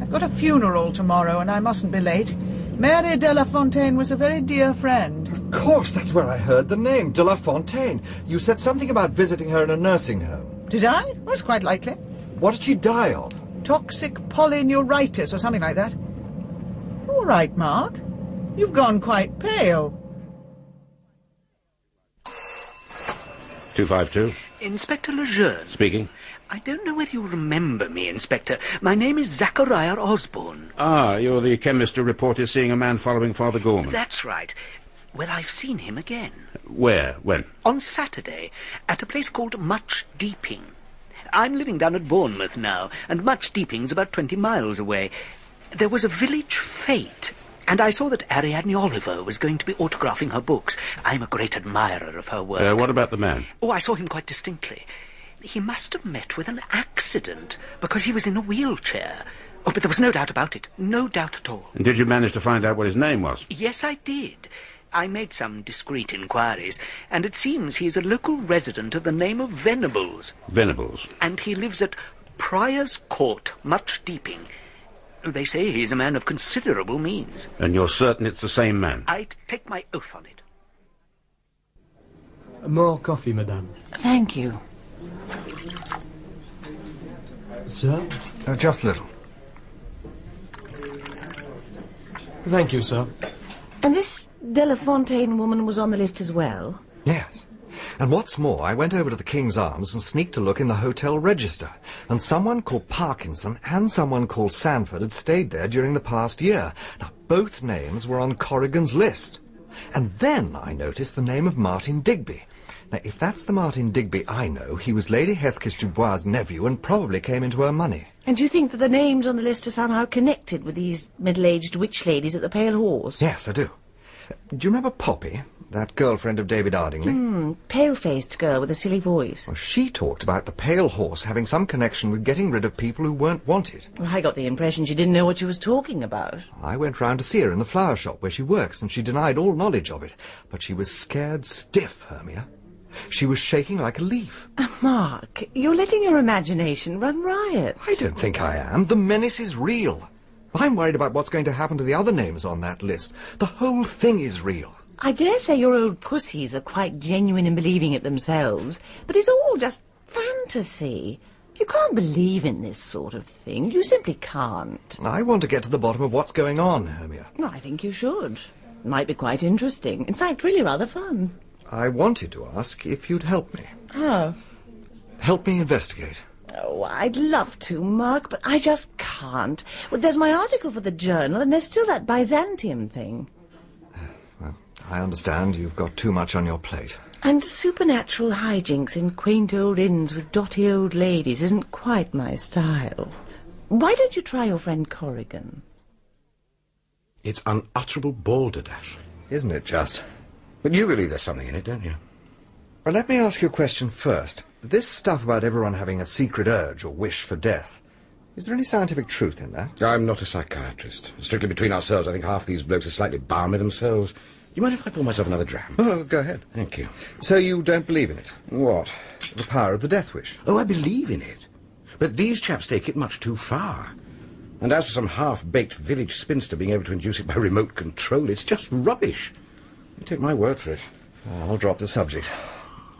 I've got a funeral tomorrow and I mustn't be late. Mary de la Fontaine was a very dear friend.
Of course, that's where I heard the name, De La Fontaine. You said something about visiting her in a nursing home.
Did I? Well, it's quite likely.
What did she die of?
Toxic polyneuritis or something like that. All right, Mark. You've gone quite pale.
252.
Inspector Lejeune.
Speaking.
I don't know whether you remember me, Inspector. My name is Zachariah Osborne.
Ah, you're the chemist who reported seeing a man following Father Gorman.
That's right. Well, I've seen him again.
Where? When?
On Saturday, at a place called Much Deeping. I'm living down at Bournemouth now, and Much Deeping's about 20 miles away. There was a village fete, and I saw that Ariadne Oliver was going to be autographing her books. I'm a great admirer of her work.
Uh, what about the man?
Oh, I saw him quite distinctly. He must have met with an accident because he was in a wheelchair. Oh, but there was no doubt about it. No doubt at all.
And did you manage to find out what his name was?
Yes, I did. I made some discreet inquiries, and it seems he is a local resident of the name of Venables,
Venables.
and he lives at Prior's Court, Much Deeping. They say he is a man of considerable means.
And you're certain it's the same man?
I'd take my oath on it.
More coffee, madame.
Thank you.
Sir?
Uh, just a little.
Thank you, sir.
And this De La Fontaine woman was on the list as well.
Yes. And what's more, I went over to the King's Arms and sneaked a look in the hotel register. And someone called Parkinson and someone called Sanford had stayed there during the past year. Now, both names were on Corrigan's list. And then I noticed the name of Martin Digby. Now, if that's the Martin Digby I know, he was Lady Heathcliff Dubois' nephew and probably came into her money.
And do you think that the names on the list are somehow connected with these middle-aged witch ladies at the Pale Horse?
Yes, I do. Uh, Do you remember Poppy? That girlfriend of David Ardingly.
Hmm, pale-faced girl with a silly voice.
Well, she talked about the pale horse having some connection with getting rid of people who weren't wanted.
Well, I got the impression she didn't know what she was talking about.
I went round to see her in the flower shop where she works, and she denied all knowledge of it. But she was scared stiff, Hermia. She was shaking like a leaf.
Uh, Mark, you're letting your imagination run riot.
I don't think I am. The menace is real. I'm worried about what's going to happen to the other names on that list. The whole thing is real.
I dare say your old pussies are quite genuine in believing it themselves, but it's all just fantasy. You can't believe in this sort of thing. You simply can't.
I want to get to the bottom of what's going on, Hermia.
Well, I think you should. Might be quite interesting. In fact, really rather fun.
I wanted to ask if you'd help me.
Oh.
Help me investigate.
Oh, I'd love to, Mark, but I just can't. Well, there's my article for the journal, and there's still that Byzantium thing.
I understand you've got too much on your plate.
And supernatural hijinks in quaint old inns with dotty old ladies isn't quite my style. Why don't you try your friend Corrigan?
It's unutterable balderdash.
Isn't it just?
But you believe there's something in it, don't you?
Well, let me ask you a question first. This stuff about everyone having a secret urge or wish for death, is there any scientific truth in that?
I'm not a psychiatrist. Strictly between ourselves, I think half these blokes are slightly balmy themselves. You mind if I pour myself another dram?
Oh, go ahead.
Thank you.
So you don't believe in it?
What?
The power of the death wish.
Oh, I believe in it. But these chaps take it much too far. And as for some half-baked village spinster being able to induce it by remote control, it's just rubbish. You take my word for it.
I'll drop the subject.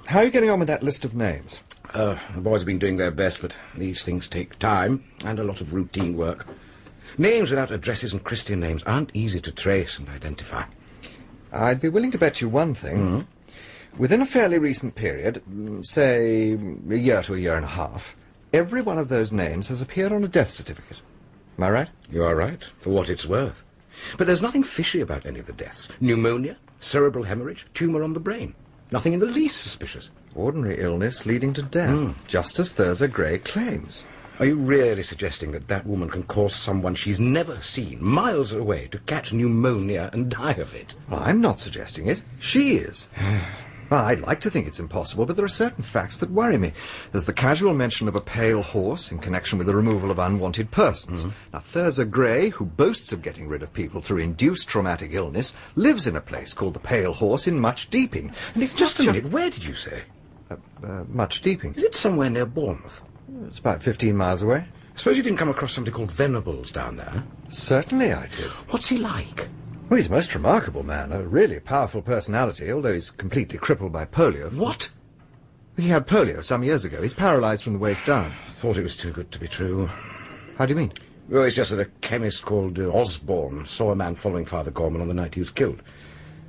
How are you getting on with that list of names?
Uh, the boys have been doing their best, but these things take time and a lot of routine work. Names without addresses and Christian names aren't easy to trace and identify.
I'd be willing to bet you one thing.
Mm-hmm.
Within a fairly recent period, mm, say mm, a year to a year and a half, every one of those names has appeared on a death certificate. Am I right?
You are right, for what it's worth. But there's nothing fishy about any of the deaths. Pneumonia, cerebral hemorrhage, tumour on the brain. Nothing in the least suspicious. Hmm.
Ordinary illness leading to death, just as Thurza Gray claims.
Are you really suggesting that that woman can cause someone she's never seen miles away to catch pneumonia and die of it?
Well, I'm not suggesting it. She is. Well, I'd like to think it's impossible, but there are certain facts that worry me. There's the casual mention of a pale horse in connection with the removal of unwanted persons.
Mm-hmm.
Now, Thurza Gray, who boasts of getting rid of people through induced traumatic illness, lives in a place called the Pale Horse in Much Deeping. And it's
Just a
not just...
minute, where did you say?
Uh, Much Deeping.
Is it somewhere near Bournemouth?
It's about 15 miles away.
Suppose you didn't come across somebody called Venables down there.
Certainly I did.
What's he like?
Well, he's a most remarkable man, a really powerful personality, although he's completely crippled by polio.
What?
He had polio some years ago. He's paralysed from the waist down.
Thought it was too good to be true.
How do you mean?
Well, it's just that a chemist called uh, Osborne saw a man following Father Gorman on the night he was killed.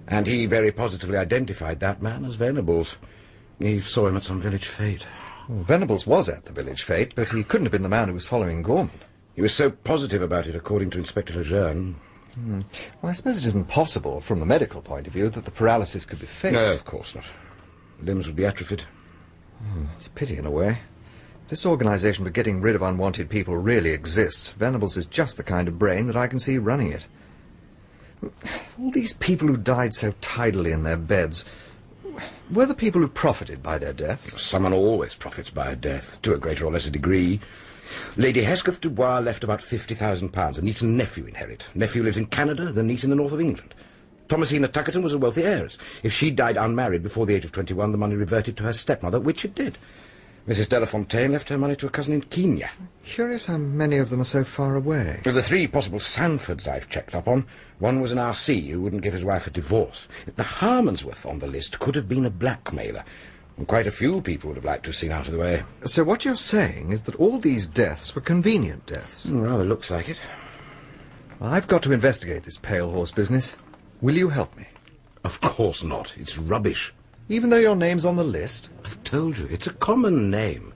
And he very positively identified that man as Venables. He saw him at some village fete.
Well, Venables was at the village fete, but he couldn't have been the man who was following Gorman.
He was so positive about it, according to Inspector Lejeune.
Hmm. Well, I suppose it isn't possible, from the medical point of view, that the paralysis could be faked.
No, of course not. Limbs would be atrophied.
Hmm, It's a pity, in a way. If this organisation for getting rid of unwanted people really exists, Venables is just the kind of brain that I can see running it. All these people who died so tidily in their beds, were the people who profited by their deaths?
Someone always profits by a death, to a greater or lesser degree. Lady Hesketh Dubois left about £50,000. A niece and nephew inherit. Nephew lives in Canada, the niece in the north of England. Thomasina Tuckerton was a wealthy heiress. If she died unmarried before the age of 21, the money reverted to her stepmother, which it did. Mrs. Delafontaine left her money to a cousin in Kenya.
Curious how many of them are so far away.
Of the three possible Sanfords I've checked up on, one was an RC who wouldn't give his wife a divorce. The Harmonsworth on the list could have been a blackmailer. And quite a few people would have liked to have seen out of the way.
So what you're saying is that all these deaths were convenient deaths.
Rather looks like it.
I've got to investigate this pale horse business. Will you help me?
Of course not. It's rubbish.
Even though your name's on the list,
I've told you, it's a common name.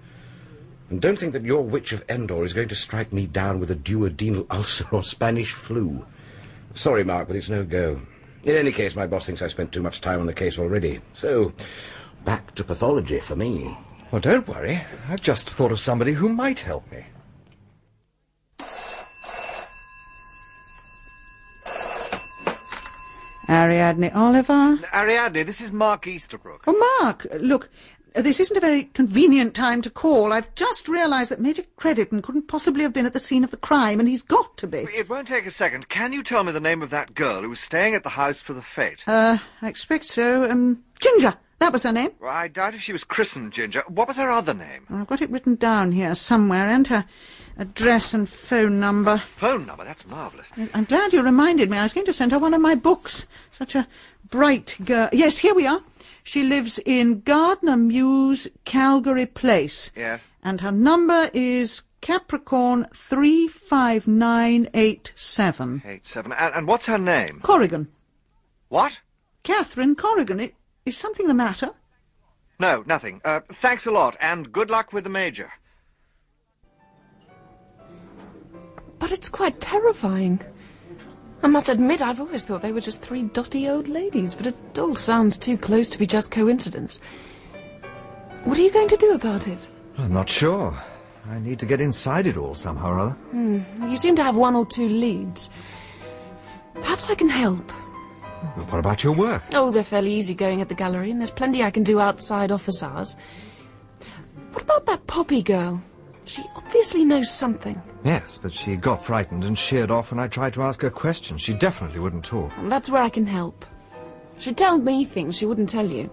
And don't think that your witch of Endor is going to strike me down with a duodenal ulcer or Spanish flu. Sorry, Mark, but it's no go. In any case, my boss thinks I spent too much time on the case already. So, back to pathology for me.
Well, don't worry. I've just thought of somebody who might help me.
Ariadne Oliver.
Ariadne, this is Mark Easterbrook.
Oh, Mark, look, this isn't a very convenient time to call. I've just realised that Major Crediton couldn't possibly have been at the scene of the crime, and he's got to be.
It won't take a second. Can you tell me the name of that girl who was staying at the house for the fete?
Uh, I expect so. Um, Ginger, that was her name.
Well, I doubt if she was christened Ginger. What was her other name?
I've got it written down here somewhere, and her address and phone number.
Phone number, that's marvellous.
I'm glad you reminded me. I was going to send her one of my books. Such a bright girl. Yes, here we are. She lives in Gardner Mews, Calgary Place.
Yes.
And her number is Capricorn 35987.
Eight, seven. And, and what's her name?
Corrigan.
What?
Catherine Corrigan. I- Is something the matter?
No, nothing. Uh, thanks a lot, and good luck with the Major.
But it's quite terrifying. I must admit, I've always thought they were just three dotty old ladies, but it all sounds too close to be just coincidence. What are you going to do about it?
I'm not sure. I need to get inside it all somehow or other.
Hmm, you seem to have one or two leads. Perhaps I can help.
But what about your work?
Oh, they're fairly easy going at the gallery, and there's plenty I can do outside office hours. What about that Poppy girl? She obviously knows something.
Yes, but she got frightened and sheered off when I tried to ask her questions. She definitely wouldn't talk.
And that's where I can help. She told me things she wouldn't tell you.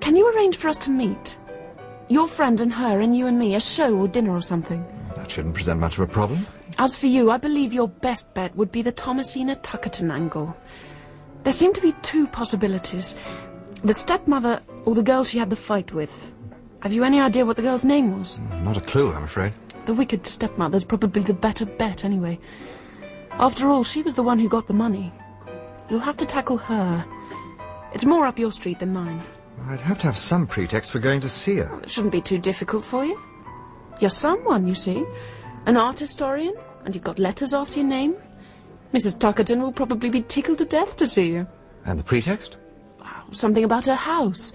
Can you arrange for us to meet? Your friend and her, and you and me, a show or dinner or something.
That shouldn't present much of a problem.
As for you, I believe your best bet would be the Thomasina Tuckerton angle. There seem to be two possibilities the stepmother or the girl she had the fight with. Have you any idea what the girl's name was?
Not a clue, I'm afraid.
The wicked stepmother's probably the better bet, anyway. After all, she was the one who got the money. You'll have to tackle her. It's more up your street than mine.
I'd have to have some pretext for going to see her.
It shouldn't be too difficult for you. You're someone, you see. An art historian, and you've got letters after your name. Mrs. Tuckerton will probably be tickled to death to see you.
And the pretext?
Something about her house.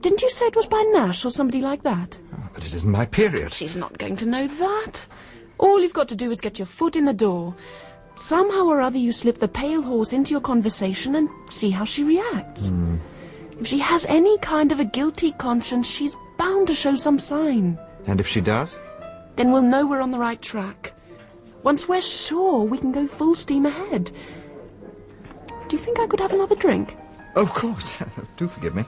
Didn't you say it was by Nash or somebody like that?
But it isn't my period.
She's not going to know that. All you've got to do is get your foot in the door. Somehow or other, you slip the pale horse into your conversation and see how she reacts.
Hmm.
If she has any kind of a guilty conscience, she's bound to show some sign.
And if she does?
Then we'll know we're on the right track. Once we're sure, we can go full steam ahead. Do you think I could have another drink?
Of course. Do forgive me.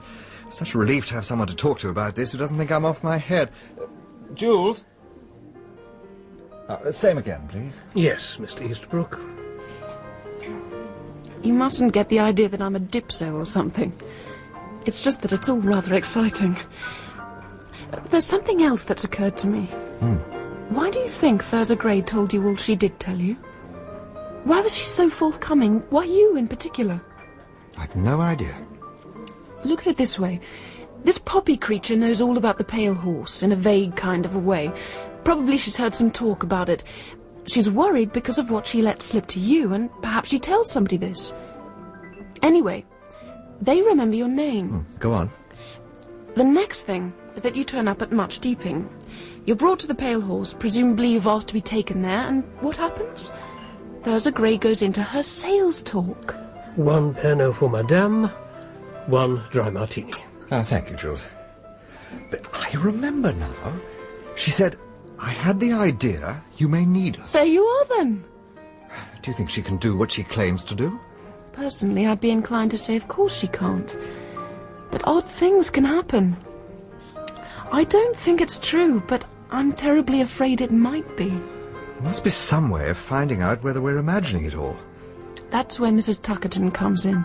Such a relief to have someone to talk to about this who doesn't think I'm off my head. Uh, Jules? Uh, same again, please.
Yes, Mr. Easterbrook.
You mustn't get the idea that I'm a dipso or something. It's just that it's all rather exciting. There's something else that's occurred to me.
Hmm.
Why do you think Thurza Gray told you all she did tell you? Why was she so forthcoming? Why you in particular?
I've no idea.
Look at it this way. This poppy creature knows all about the pale horse in a vague kind of a way. Probably she's heard some talk about it. She's worried because of what she let slip to you, and perhaps she tells somebody this. Anyway, they remember your name.
Go on.
The next thing is that you turn up at Much Deeping. You're brought to the Pale Horse, presumably you've asked to be taken there, and what happens? Thurza Grey goes into her sales talk.
One Pernod for Madame, one dry martini.
Ah, thank you, Jules. But I remember now. She said, I had the idea you may need us.
There you are then.
Do you think she can do what she claims to do?
Personally, I'd be inclined to say, of course she can't. But odd things can happen. I don't think it's true, but I'm terribly afraid it might be.
There must be some way of finding out whether we're imagining it all.
That's where Mrs. Tuckerton comes in.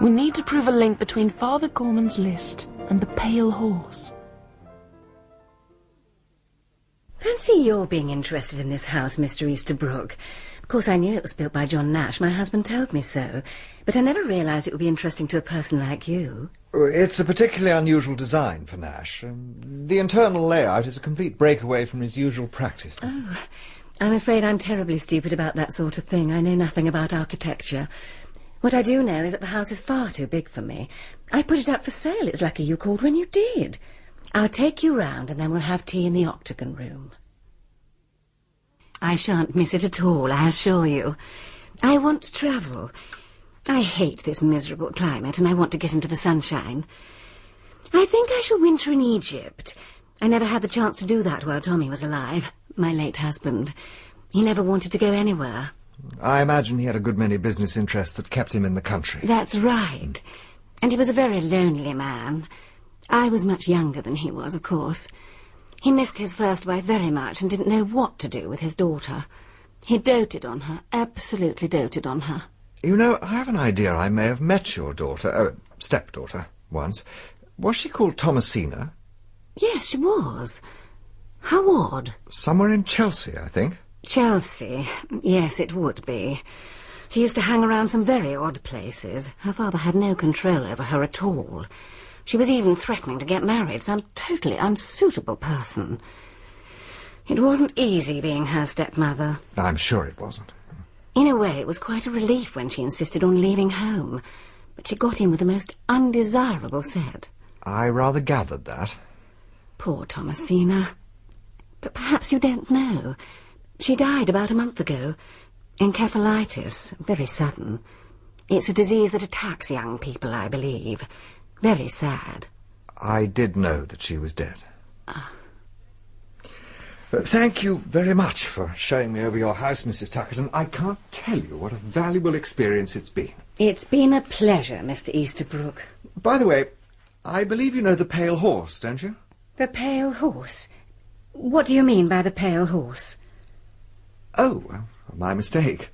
We need to prove a link between Father Gorman's list and the pale horse.
Fancy your being interested in this house, Mr. Easterbrook. Of course, I knew it was built by John Nash. My husband told me so. But I never realized it would be interesting to a person like you.
It's a particularly unusual design for Nash. Um, The internal layout is a complete breakaway from his usual practice.
Oh, I'm afraid I'm terribly stupid about that sort of thing. I know nothing about architecture. What I do know is that the house is far too big for me. I put it up for sale. It's lucky you called when you did. I'll take you round and then we'll have tea in the octagon room. I shan't miss it at all, I assure you. I want to travel. I hate this miserable climate and I want to get into the sunshine. I think I shall winter in Egypt. I never had the chance to do that while Tommy was alive, my late husband. He never wanted to go anywhere.
I imagine he had a good many business interests that kept him in the country.
That's right. And he was a very lonely man. I was much younger than he was, of course. He missed his first wife very much and didn't know what to do with his daughter. He doted on her, absolutely doted on her.
You know, I have an idea I may have met your daughter, oh, stepdaughter, once. Was she called Thomasina?
Yes, she was. How odd.
Somewhere in Chelsea, I think.
Chelsea. Yes, it would be. She used to hang around some very odd places. Her father had no control over her at all. She was even threatening to get married, some totally unsuitable person. It wasn't easy being her stepmother.
I'm sure it wasn't.
In a way, it was quite a relief when she insisted on leaving home, but she got in with the most undesirable set.
I rather gathered that.
Poor Thomasina. But perhaps you don't know. She died about a month ago. Encephalitis, very sudden. It's a disease that attacks young people, I believe. Very sad.
I did know that she was dead. Uh, Thank you very much for showing me over your house, Mrs. Tuckerton. I can't tell you what a valuable experience it's been.
It's been a pleasure, Mr. Easterbrook.
By the way, I believe you know the Pale Horse, don't you?
The pale horse? What do you mean by the pale horse?
Oh, well, my mistake.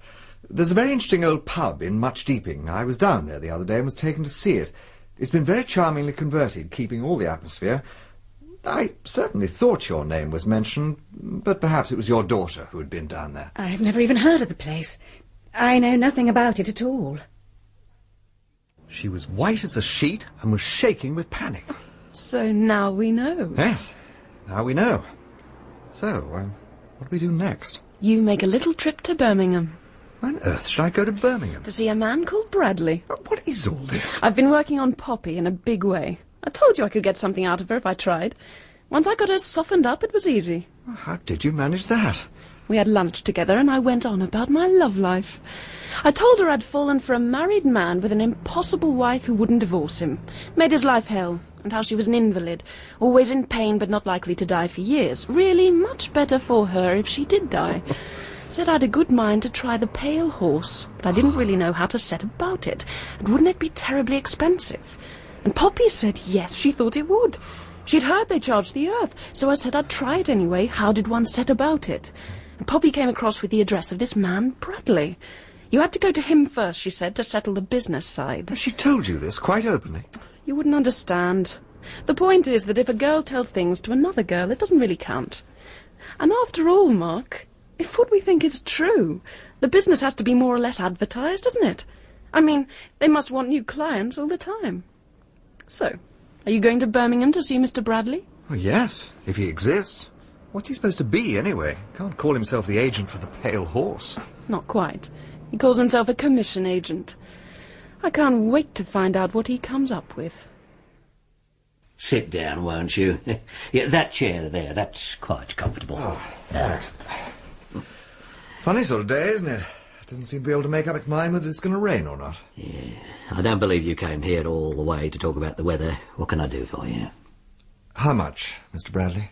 There's a very interesting old pub in Much Deeping. I was down there the other day and was taken to see it. It's been very charmingly converted, keeping all the atmosphere. I certainly thought your name was mentioned, but perhaps it was your daughter who had been down there.
I've never even heard of the place. I know nothing about it at all.
She was white as a sheet and was shaking with panic.
So now we know.
Yes, now we know. So, um, what do we do next?
You make a little trip to Birmingham
Why on earth should I go to Birmingham?
to see a man called Bradley.
Uh, What is all this?
I've been working on Poppy in a big way. I told you I could get something out of her if I tried. Once I got her softened up, it was easy.
How did you manage that?
We had lunch together and I went on about my love life. I told her I'd fallen for a married man with an impossible wife who wouldn't divorce him, made his life hell, and how she was an invalid, always in pain but not likely to die for years. Really much better for her if she did die. Said I'd a good mind to try the pale horse, but I didn't really know how to set about it, and wouldn't it be terribly expensive? And Poppy said yes, she thought it would. She'd heard they charged the earth, so I said I'd try it anyway. How did one set about it? And Poppy came across with the address of this man, Bradley. You had to go to him first, she said, to settle the business side.
She told you this quite openly.
You wouldn't understand. The point is that if a girl tells things to another girl, it doesn't really count. And after all, Mark, if what we think is true, the business has to be more or less advertised, doesn't it? I mean, they must want new clients all the time. So, are you going to Birmingham to see Mr. Bradley?
Oh, yes, if he exists. What's he supposed to be, anyway? Can't call himself the agent for the Pale Horse.
Not quite. He calls himself a commission agent. I can't wait to find out what he comes up with.
Sit down, won't you? yeah, that chair there, that's quite comfortable.
Thanks. Funny sort of day, isn't it? It doesn't seem to be able to make up its mind whether it's going to rain or not.
I don't believe you came here all the way to talk about the weather. What can I do for you?
How much, Mr. Bradley?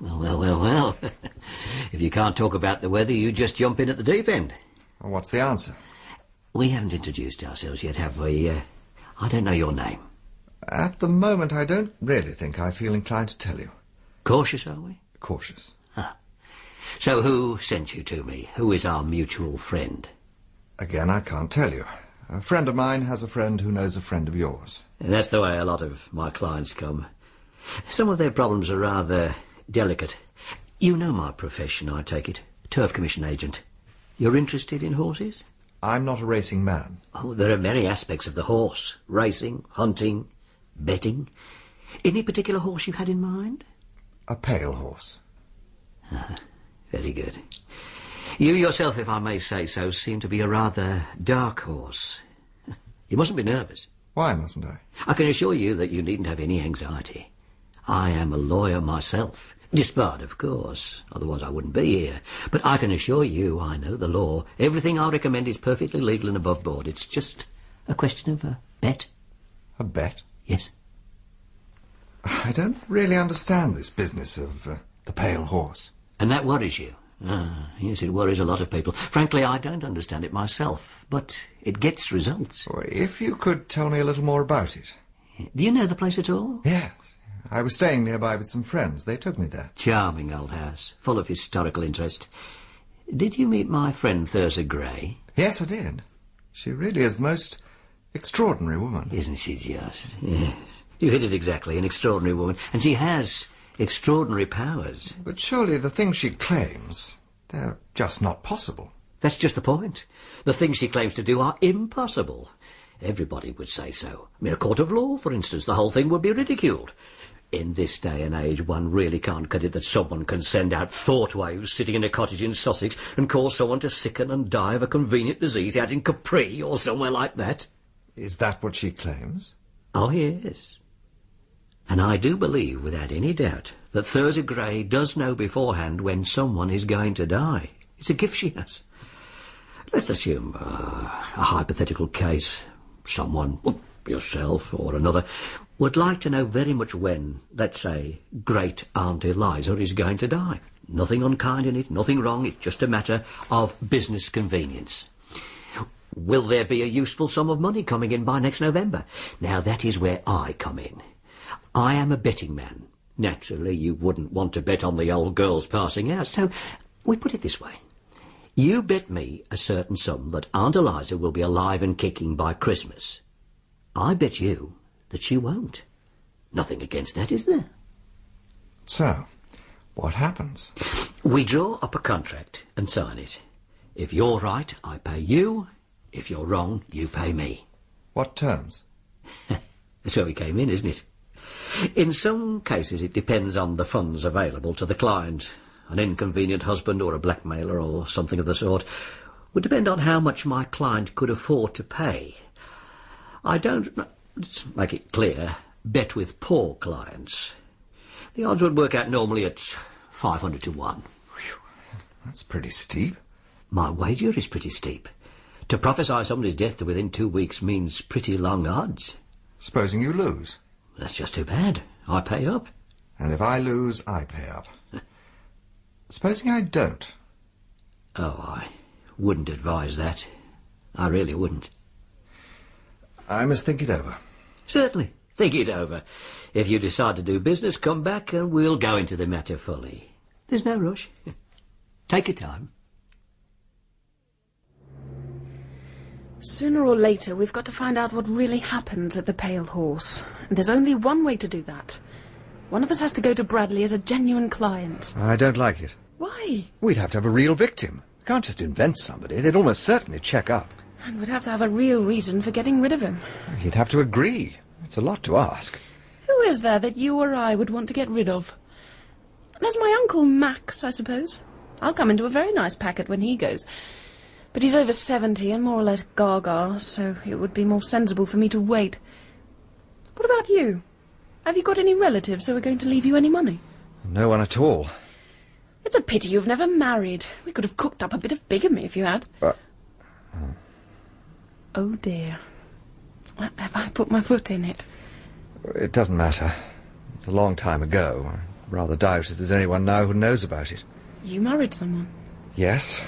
Well, well, well, well. if you can't talk about the weather, you just jump in at the deep end.
what's the answer?
We haven't introduced ourselves yet, have we? Uh, I don't know your name.
At the moment, I don't really think I feel inclined to tell you.
Cautious, are we?
Cautious.
So who sent you to me? Who is our mutual friend?
Again, I can't tell you. A friend of mine has a friend who knows a friend of yours.
That's the way a lot of my clients come. Some of their problems are rather delicate. You know my profession, I take it. Turf commission agent. You're interested in horses?
I'm not a racing man.
Oh, there are many aspects of the horse. Racing, hunting, betting. Any particular horse you had in mind?
A pale horse.
Ah, Very good. You yourself, if I may say so, seem to be a rather dark horse. You mustn't be nervous.
Why mustn't I?
I can assure you that you needn't have any anxiety. I am a lawyer myself. Disbarred, of course, otherwise I wouldn't be here. But I can assure you I know the law. Everything I recommend is perfectly legal and above board. It's just A question of a bet?
A bet?
Yes.
I don't really understand this business of uh, the pale horse.
And that worries you? Ah, yes, it worries a lot of people. Frankly, I don't understand it myself, but it gets results.
If you could tell me a little more about it.
Do you know the place at all?
Yes. I was staying nearby with some friends. They took me there.
Charming old house, full of historical interest. Did you meet my friend Thursa Gray?
Yes, I did. She really is the most extraordinary woman.
Isn't she just? Yes. You hit it exactly, an extraordinary woman. And she has extraordinary powers.
But surely the things she claims, they're just not possible.
That's just the point. The things she claims to do are impossible. Everybody would say so. I mean, a court of law, for instance, the whole thing would be ridiculed. In this day and age, one really can't credit that someone can send out thought waves sitting in a cottage in Sussex and cause someone to sicken and die of a convenient disease out in Capri or somewhere like that.
Is that what she claims?
Oh, yes. And I do believe, without any doubt, that Thurza Gray does know beforehand when someone is going to die. It's a gift she has. Let's assume uh, a hypothetical case. Someone, well, yourself or another, would like to know very much when, let's say, great Aunt Eliza is going to die. Nothing unkind in it, nothing wrong, it's just a matter of business convenience. Will there be a useful sum of money coming in by next November? Now that is where I come in. I am a betting man. Naturally, you wouldn't want to bet on the old girl's passing out, so we put it this way. You bet me a certain sum that Aunt Eliza will be alive and kicking by Christmas. I bet you that she won't. Nothing against that, is there?
So, what happens?
We draw up a contract and sign it. If you're right, I pay you. If you're wrong, you pay me.
What terms?
That's where we came in, isn't it? In some cases, it depends on the funds available to the client. An inconvenient husband or a blackmailer or something of the sort would depend on how much my client could afford to pay. I don't, let's make it clear, bet with poor clients. The odds would work out normally at 500 to 1.
That's pretty steep.
My wager is pretty steep. To prophesy somebody's death to within two weeks means pretty long odds.
Supposing you lose.
That's just too bad. I pay up.
And if I lose, I pay up. Supposing I don't.
Oh, I wouldn't advise that. I really wouldn't.
I must think it over.
Certainly. Think it over. If you decide to do business, come back and we'll go into the matter fully. There's no rush. Take your time.
Sooner or later, we've got to find out what really happened at the Pale Horse. And there's only one way to do that. One of us has to go to Bradley as a genuine client.
I don't like it.
Why?
We'd have to have a real victim. We can't just invent somebody. They'd almost certainly check up.
And we'd have to have a real reason for getting rid of him.
You'd have to agree. It's a lot to ask.
Who is there that you or I would want to get rid of? There's my uncle Max, I suppose. I'll come into a very nice packet when he goes. But he's over 70 and more or less gaga, so it would be more sensible for me to wait. What about you? Have you got any relatives who are going to leave you any money?
No one at all.
It's a pity you've never married. We could have cooked up a bit of bigamy if you had.
But
Oh dear. What Have I put my foot in it?
it doesn't matter. It's a long time ago. I rather doubt if there's anyone now who knows about it.
You married someone.
Yes,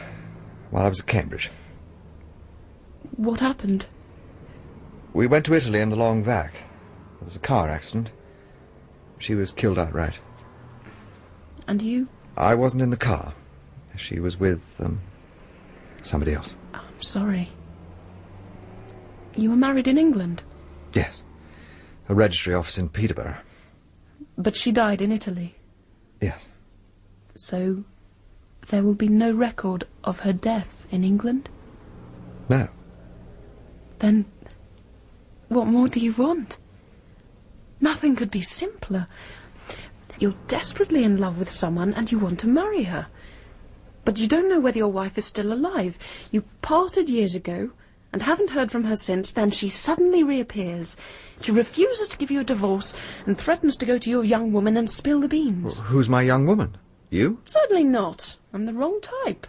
while I was at Cambridge.
What happened?
We went to Italy in the long vac. There was a car accident. She was killed outright.
And you?
I wasn't in the car. She was with um, somebody else.
I'm sorry. You were married in England,
Yes. A registry office in Peterborough.
but she died in Italy.
Yes.
So there will be no record of her death in England?
No.
Then what more do you want? Nothing could be simpler. You're desperately in love with someone and you want to marry her. But you don't know whether your wife is still alive. You parted years ago and haven't heard from her since. Then she suddenly reappears. She refuses to give you a divorce and threatens to go to your young woman and spill the beans.
Who's my young woman? You?
Certainly not. I'm the wrong type.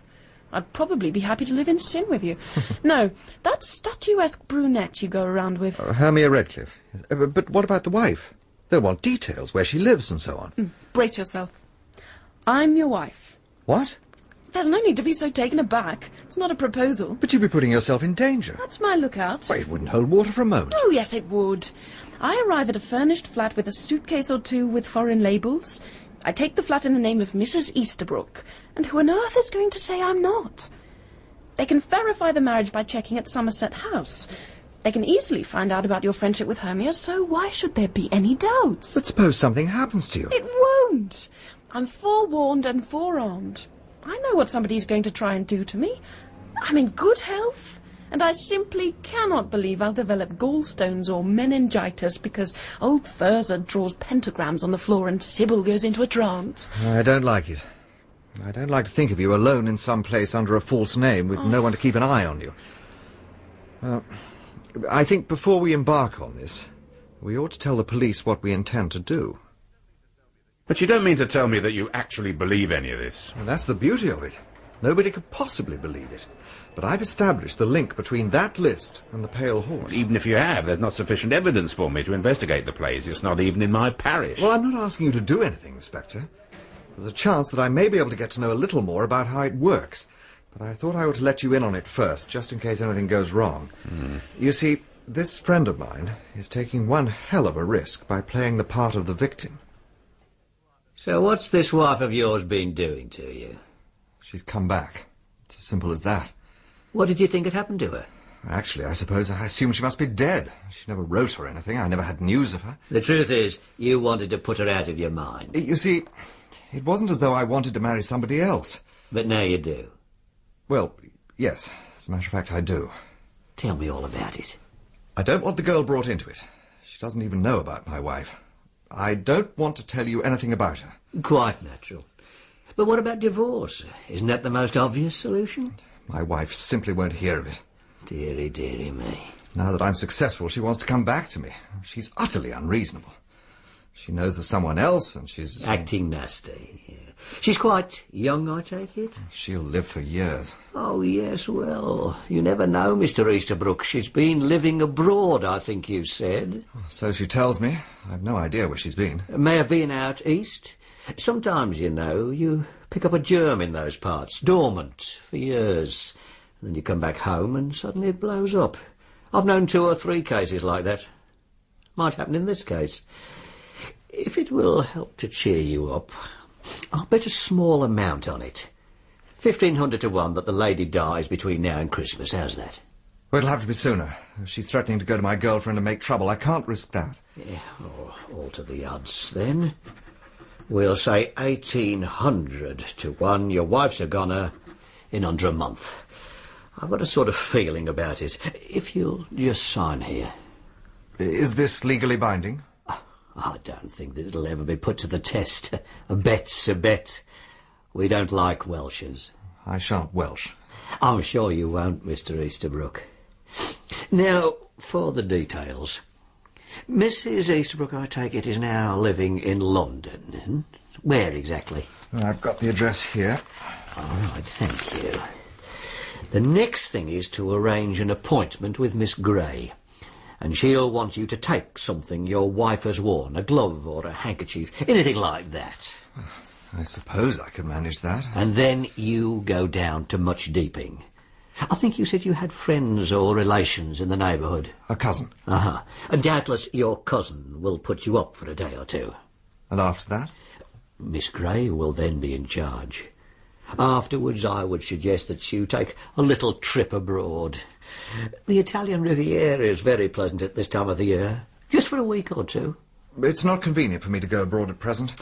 I'd probably be happy to live in sin with you. no, that statuesque brunette you go around with.
Hermia Redcliffe. Uh, bu- But what about the wife? They'll want details, where she lives and so on.
Brace yourself. I'm your wife.
What?
There's no need to be so taken aback. It's not a proposal.
But you'd be putting yourself in danger.
That's my lookout.
Why, it wouldn't hold water for a moment.
Oh, yes, it would. I arrive at a furnished flat with a suitcase or two with foreign labels. I take the flat in the name of Mrs. Easterbrook. And who on earth is going to say I'm not? They can verify the marriage by checking at Somerset House. They can easily find out about your friendship with Hermia, so why should there be any doubts?
But suppose something happens to you.
It won't. I'm forewarned and forearmed. I know what somebody's going to try and do to me. I'm in good health, and I simply cannot believe I'll develop gallstones or meningitis because old Thurza draws pentagrams on the floor and Sybil goes into a trance.
I don't like it. I don't like to think of you alone in some place under a false name with no one to keep an eye on you. Uh, I think before we embark on this, we ought to tell the police what we intend to do.
But you don't mean to tell me that you actually believe any of this.
And that's the beauty of it. Nobody could possibly believe it. But I've established the link between that list and the Pale Horse.
Even if you have, there's not sufficient evidence for me to investigate the place. It's not even in my parish.
Well, I'm not asking you to do anything, Inspector. There's a chance that I may be able to get to know a little more about how it works. But I thought I ought to let you in on it first, just in case anything goes wrong. You see, this friend of mine is taking one hell of a risk by playing the part of the victim.
So what's this wife of yours been doing to you?
She's come back. It's as simple as that.
What did you think had happened to her?
Actually, I suppose I assumed she must be dead. She never wrote or anything. I never had news of her.
The truth is, you wanted to put her out of your mind.
You see, it wasn't as though I wanted to marry somebody else.
But now you do.
Well, yes. As a matter of fact, I do.
Tell me all about it.
I don't want the girl brought into it. She doesn't even know about my wife. I don't want to tell you anything about her.
Quite natural. But what about divorce? Isn't that the most obvious solution?
My wife simply won't hear of it.
Deary, deary me.
Now that I'm successful, she wants to come back to me. She's utterly unreasonable. She knows there's someone else, and she's.
Acting nasty. yeah. She's quite young, I take it.
She'll live for years.
Oh, yes, well, you never know, Mr. Easterbrook. She's been living abroad, I think you said.
So she tells me. I've no idea where she's been.
May have been out east. Sometimes, you know, you pick up a germ in those parts, dormant, for years. Then you come back home and suddenly it blows up. I've known two or three cases like that. Might happen in this case. If it will help to cheer you up, I'll bet a small amount on it. Fifteen hundred to one that the lady dies between now and Christmas. How's that?
Well, it'll have to be sooner. She's threatening to go to my girlfriend and make trouble. I can't risk that.
Yeah, or alter the odds then. We'll say 1800 to 1. Your wife's a goner in under a month. I've got a sort of feeling about it. If you'll just sign here. Ah,
Is this legally binding?
I don't think that it'll ever be put to the test. A bet's a bet. We don't like Welshers.
I shan't Welsh.
I'm sure you won't, Mr. Easterbrook. Now, for the details. Mrs. Easterbrook, I take it, is now living in London. hmm? Where exactly?
I've got the address here.
All right, thank you. The next thing is to arrange an appointment with Miss Gray. And she'll want you to take something your wife has worn, a glove or a handkerchief, anything like that.
I suppose I can manage that.
And then you go down to much deeping. I think you said you had friends or relations in the neighbourhood.
A cousin.
Uh-huh. And doubtless your cousin will put you up for a day or two.
And after that?
Miss Gray will then be in charge. Afterwards, I would suggest that you take a little trip abroad. The Italian Riviera is very pleasant at this time of the year, just for a week or two.
It's not convenient for me to go abroad at present.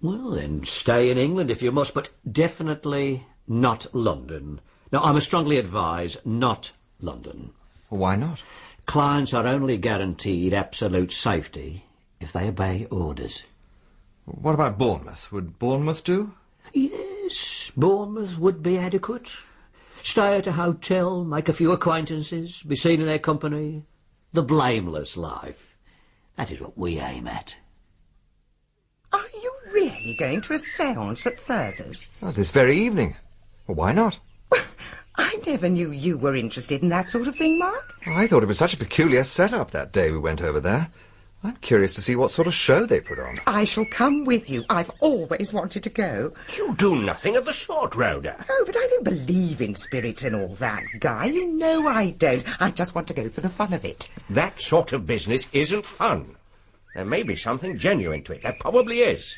Well, then, stay in England if you must, but definitely not London. Now, I must strongly advise not London.
Why not?
Clients are only guaranteed absolute safety if they obey orders.
What about Bournemouth? Would Bournemouth do?
Yes, Bournemouth would be adequate. Stay at a hotel, make a few acquaintances, be seen in their company. The blameless life. That is what we aim at.
Are you really going to a seance at Thurza's?
Oh, this very evening. Well, why not?
I never knew you were interested in that sort of thing, Mark.
I thought it was such a peculiar setup that day we went over there. I'm curious to see what sort of show they put on.
I shall come with you. I've always wanted to go.
You do nothing of the sort, Rhoda.
Oh, but I don't believe in spirits and all that, Guy. You know I don't. I just want to go for the fun of it.
That sort of business isn't fun. There may be something genuine to it. There probably is.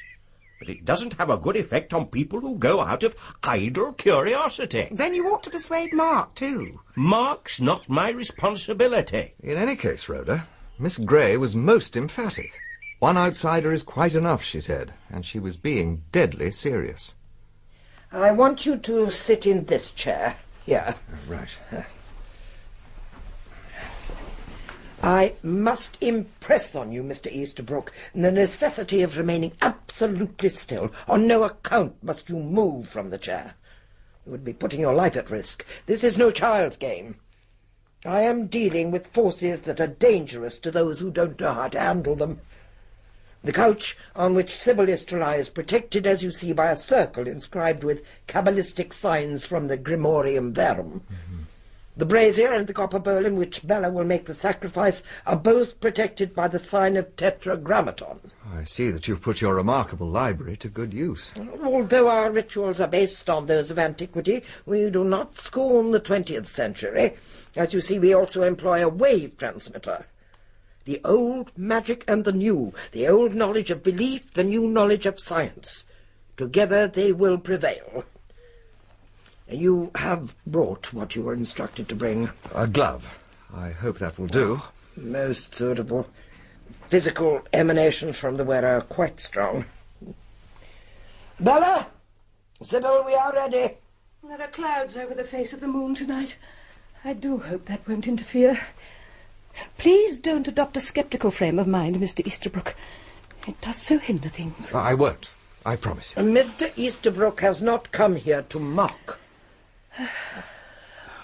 But it doesn't have a good effect on people who go out of idle curiosity.
Then you ought to persuade Mark, too.
Mark's not my responsibility.
In any case, Rhoda, Miss Gray was most emphatic. One outsider is quite enough, she said, and she was being deadly serious.
I want you to sit in this chair. Here.
Oh, Right.
I must impress on you, Mr. Easterbrook, the necessity of remaining absolutely still. On no account must you move from the chair. You would be putting your life at risk. This is no child's game. I am dealing with forces that are dangerous to those who don't know how to handle them. The couch on which Sybil is to lie is protected, as you see, by a circle inscribed with cabalistic signs from the Grimorium Verum. The brazier and the copper bowl in which Bella will make the sacrifice are both protected by the sign of Tetragrammaton.
I see that you've put your remarkable library to good use.
Although our rituals are based on those of antiquity, we do not scorn the 20th century. As you see, we also employ a wave transmitter. The old magic and the new, the old knowledge of belief, the new knowledge of science. Together they will prevail. You have brought what you were instructed to bring.
A glove. I hope that will do.
Most suitable. Physical emanations from the wearer are quite strong. Bella! Sybil, we are ready.
There are clouds over the face of the moon tonight. I do hope that won't interfere. Please don't adopt a sceptical frame of mind, Mr. Easterbrook. It does so hinder things.
I won't. I promise you.
Mr. Easterbrook has not come here to mock.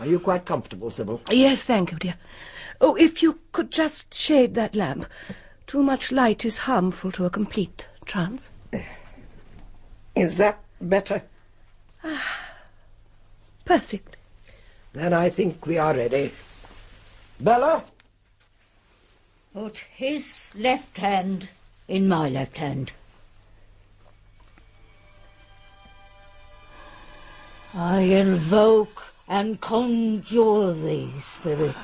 Are you quite comfortable, Sybil?
Yes, thank you, dear. Oh, if you could just shade that lamp. Too much light is harmful to a complete trance.
Is that better? Ah,
Perfect.
Then I think we are ready. Bella?
Put his left hand in my left hand. I invoke and conjure thee, spirit.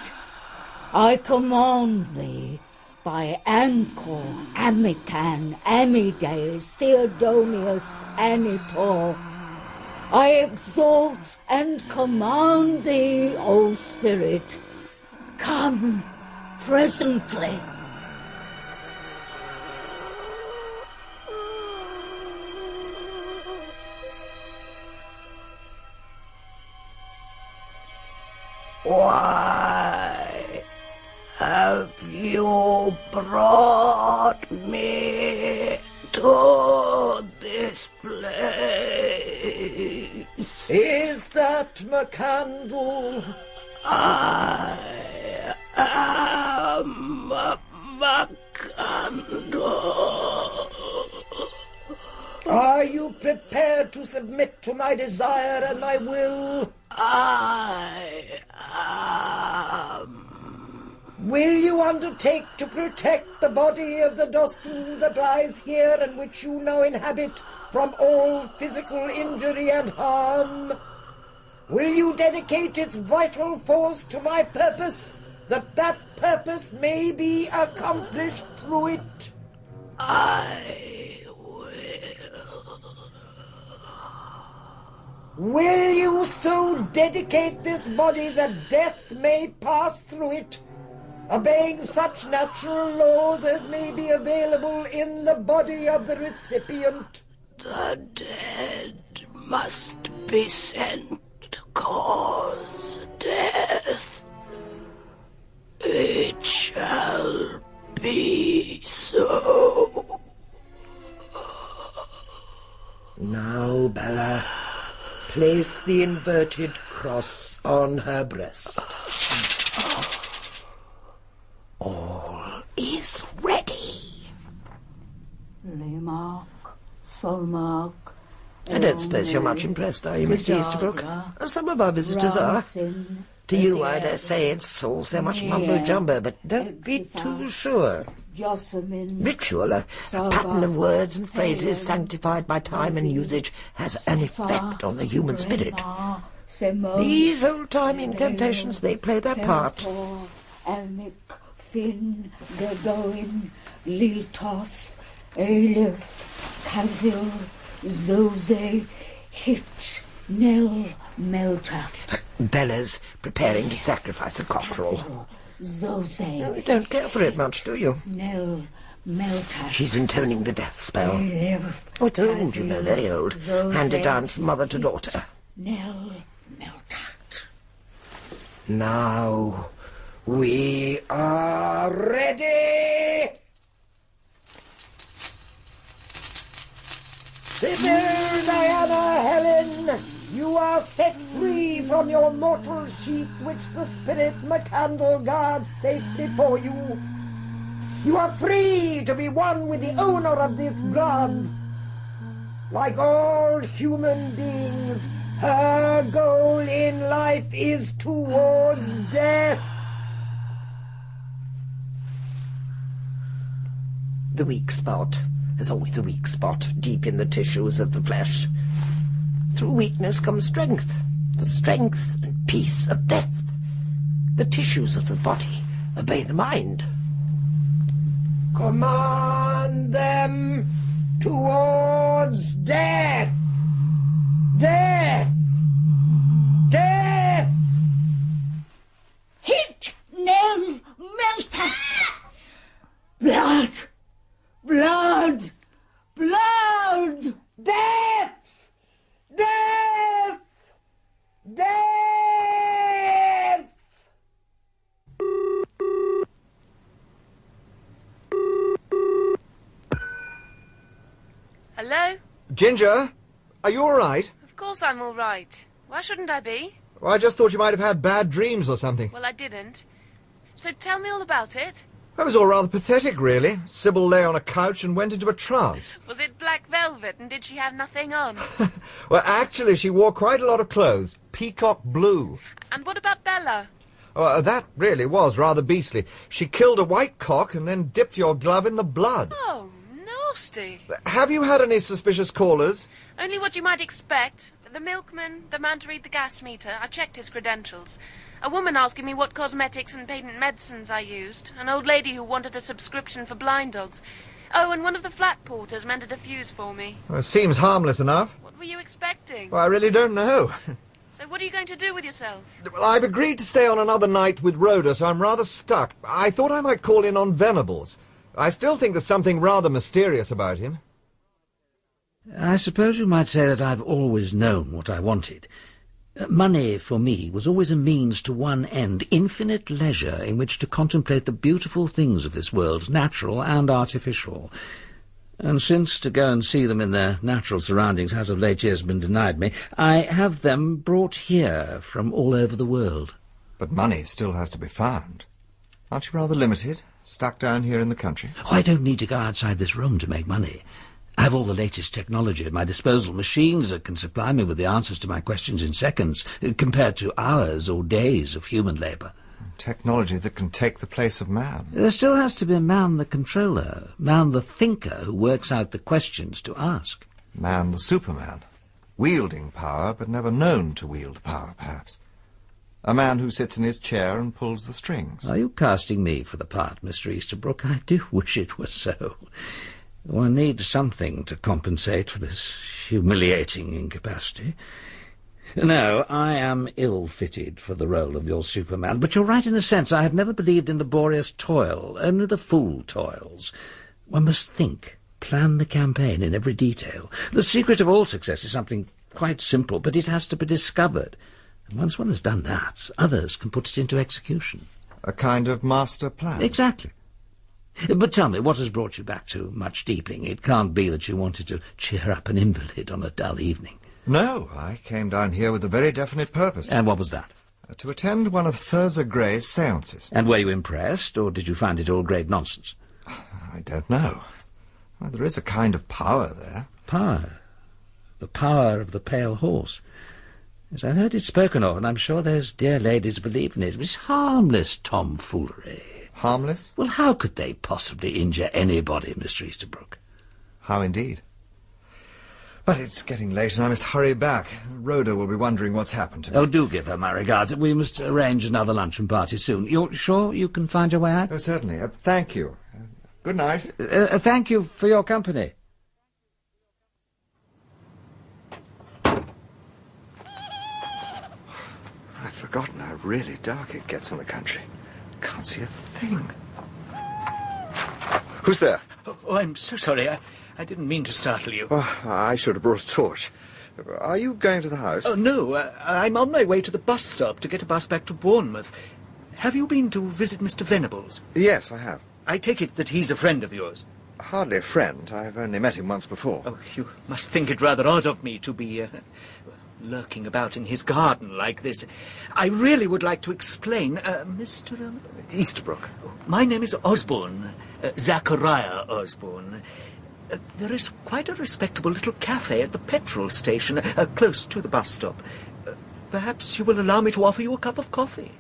I command thee by Angkor, Amitan, Amides, Theodonius, Anitor. I exhort and command thee, O spirit, come presently.
Why have you brought me to this place? Is that McCandle? I am McCandle. Are you prepared to submit to my desire and my will? I am. Will you undertake to protect the body of the Dosu that lies here and which you now inhabit from all physical injury and harm? Will you dedicate its vital force to my purpose, that that purpose may be accomplished through it? I Will you so dedicate this body that death may pass through it, obeying such natural laws as may be available in the body of the recipient? The dead must be sent to cause death. It shall be so. Now, Bella, place the inverted cross on her breast. All is ready.
Lemark, Solmark,
I don't suppose you're much impressed, are you, Mr. Easterbrook? Uh, Some of our visitors are. To you, I dare say it's all so much mumbo-jumbo, but don't be too sure.
Jocelyn.
Ritual, a, a pattern of words and phrases sanctified by time and usage, has an effect on the human spirit. These old-time incantations, they play their part.
Elmic, Finn, Gerdoin, Liltos, Eilif, Kazil, Zose, Hit, Nell, Melta,
Bella's preparing to sacrifice a cockerel.
Zose,
You don't care for it much, do you?
Nell, Melta.
She's intoning the death spell.
Eilif,
Oh, it's old, you know, very old.
Zose,
Handed down from mother to daughter.
Nell,
Now we are ready.
Sibyl, Diana, Helen, you are set free from your mortal sheath which the spirit Macandal guards safely for you. You are free to be one with the owner of this glove. Like all human beings, her goal in life is towards death.
The weak spot is always a weak spot deep in the tissues of the flesh. Through weakness comes strength, the strength and peace of death. The tissues of the body obey the mind.
Command them towards death. Death. Death.
Hit, Nell, Melta. Blood. Blood. Blood.
Death. Death. Death.
Hello?
Ginger, are you all right?
Of course I'm all right. Why shouldn't I be?
Well, I just thought you might have had bad dreams or something.
Well, I didn't. So tell me all about it.
That was all rather pathetic, really. Sybil lay on a couch and went into a trance.
Was it black velvet and did she have nothing on?
Well, actually, she wore quite a lot of clothes. Peacock blue.
and what about Bella?
Uh, that really was rather beastly. She killed a white cock and then dipped your glove in the blood.
Oh, nasty.
Have you had any suspicious callers?
Only what you might expect. The milkman, the man to read the gas meter. I checked his credentials. A woman asking me what cosmetics and patent medicines I used. An old lady who wanted a subscription for blind dogs. Oh, and one of the flat porters mended a fuse for me.
Well, it Uh, seems harmless enough.
What were you expecting?
Well, I really don't know.
So what are you going to do with yourself?
Well, I've agreed to stay on another night with Rhoda, so I'm rather stuck. I thought I might call in on Venables. I still think there's something rather mysterious about him.
I suppose you might say that I've always known what I wanted. Uh, Money, for me, was always a means to one end, infinite leisure in which to contemplate the beautiful things of this world, natural and artificial. And since to go and see them in their natural surroundings has of late years been denied me, I have them brought here from all over the world.
But money still has to be found. Aren't you rather limited, stuck down here in the country?
Oh, I don't need to go outside this room to make money. I have all the latest technology at my disposal, machines that can supply me with the answers to my questions in seconds, uh, compared to hours or days of human labour.
Technology that can take the place of man.
There still has to be man the controller, man the thinker who works out the questions to ask.
Man the Superman. Wielding power, but never known to wield power, perhaps. A man who sits in his chair and pulls the strings.
Are you casting me for the part, Mr. Easterbrook? I do wish it were so. One needs something to compensate for this humiliating incapacity. No, I am ill-fitted for the role of your Superman, but you're right in a sense. I have never believed in laborious toil. Only the fool toils. One must think, plan the campaign in every detail. The secret of all success is something quite simple, but it has to be discovered. And once one has done that, others can put it into execution.
A kind of master plan.
Exactly. But tell me, what has brought you back to much deeping? It can't be that you wanted to cheer up an invalid on a dull evening.
No, I came down here with a very definite purpose. Uh,
And what was that?
To attend one of Thurza Gray's seances.
And were you impressed, or did you find it all great nonsense?
I don't know. Well, there is a kind of power there.
Power. the power of the pale horse. As I've heard it spoken of, and I'm sure those dear ladies believe in it, it was harmless tomfoolery.
Harmless?
Well, how could they possibly injure anybody, Mr. Easterbrook?
How indeed? But it's getting late and I must hurry back. Rhoda will be wondering what's happened to me.
Oh, do give her my regards. We must arrange another luncheon party soon. You're sure you can find your way out?
Oh, certainly. Uh, thank you. Uh, good night.
Uh, uh, thank you for your company.
I'd forgotten how really dark it gets in the country. Can't see a thing. Who's there?
Oh, oh, I'm so sorry. I, I didn't mean to startle you.
Oh, I should have brought a torch. Are you going to the house?
Oh, no. Uh, I'm on my way to the bus stop to get a bus back to Bournemouth. Have you been to visit Mr. Venables?
Yes, I have.
I take it that he's a friend of yours.
Hardly a friend. I've only met him once before.
Oh, you must think it rather odd of me to be uh, lurking about in his garden like this. I really would like to explain, uh, Mr. Um,
Easterbrook.
My name is Osborne, uh, Zachariah Osborne. Uh, there is quite a respectable little cafe at the petrol station, uh, close to the bus stop. Uh, perhaps you will allow me to offer you a cup of coffee.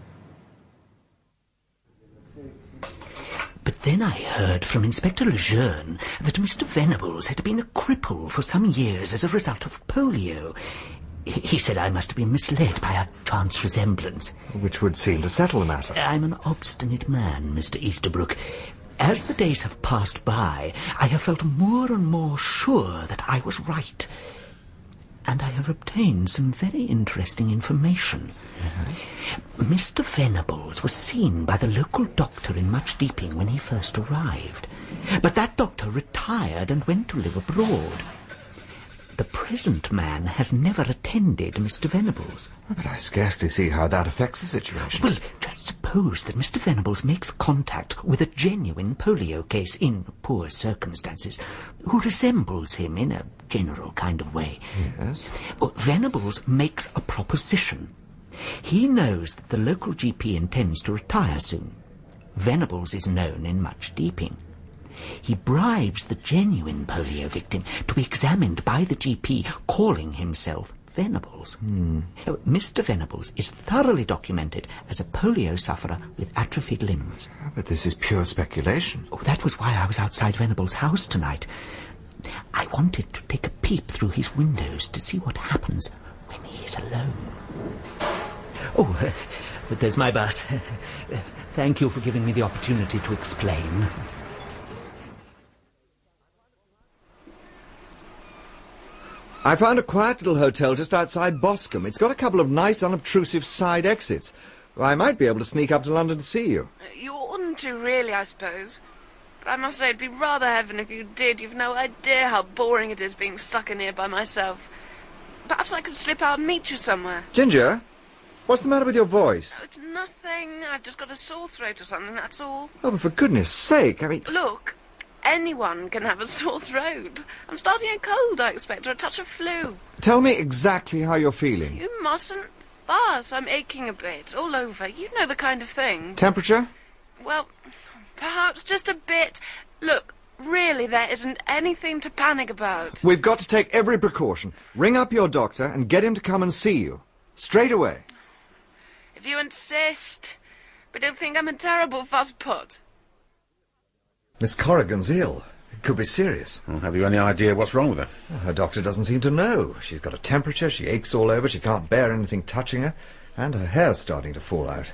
But then I heard from Inspector Lejeune that Mr. Venables had been a cripple for some years as a result of polio. He- He said I must have been misled by a chance resemblance. Uh,
Which would seem to settle the matter.
I'm an obstinate man, Mr. Easterbrook. As the days have passed by, I have felt more and more sure that I was right. And I have obtained some very interesting information.
Uh-huh.
Mr. Venables was seen by the local doctor in Much Deeping when he first arrived. But that doctor retired and went to live abroad. The present man has never attended Mr. Venables.
Oh, But I scarcely see how that affects the situation.
Well, just suppose that Mr. Venables makes contact with a genuine polio case in poor circumstances, who resembles him in a general kind of way.
Yes.
Well, Venables makes a proposition. He knows that the local GP intends to retire soon. Venables is known in much deeping. He bribes the genuine polio victim to be examined by the GP, calling himself Venables. Oh, Mr. Venables is thoroughly documented as a polio sufferer with atrophied limbs.
But this is pure speculation.
Oh, that was why I was outside Venables' house tonight. I wanted to take a peep through his windows to see what happens when he is alone. Oh, uh, but there's my bus. Uh, Thank you for giving me the opportunity to explain.
I found a quiet little hotel just outside Boscombe. It's got a couple of nice, unobtrusive side exits. I might be able to sneak up to London to see you.
Uh, You oughtn't to, really, I suppose. But I must say, it'd be rather heaven if you did. You've no idea how boring it is being stuck in here by myself. Perhaps I could slip out and meet you somewhere.
Ginger, what's the matter with your voice?
It's nothing. I've just got a sore throat or something, that's all.
Oh, but for goodness sake, I mean,
Look, anyone can have a sore throat. I'm starting a cold, I expect, or a touch of flu.
tell me exactly how you're feeling.
You mustn't fuss. I'm aching a bit, all over. You know the kind of thing.
Temperature?
Well, perhaps just a bit. Look, really, there isn't anything to panic about.
We've got to take every precaution. Ring up your doctor and get him to come and see you. Straight away.
If you insist. But don't think I'm a terrible fusspot.
Miss Corrigan's ill. It could be serious.
have you any idea what's wrong with her?
Her doctor doesn't seem to know. She's got a temperature, she aches all over, she can't bear anything touching her, and her hair's starting to fall out.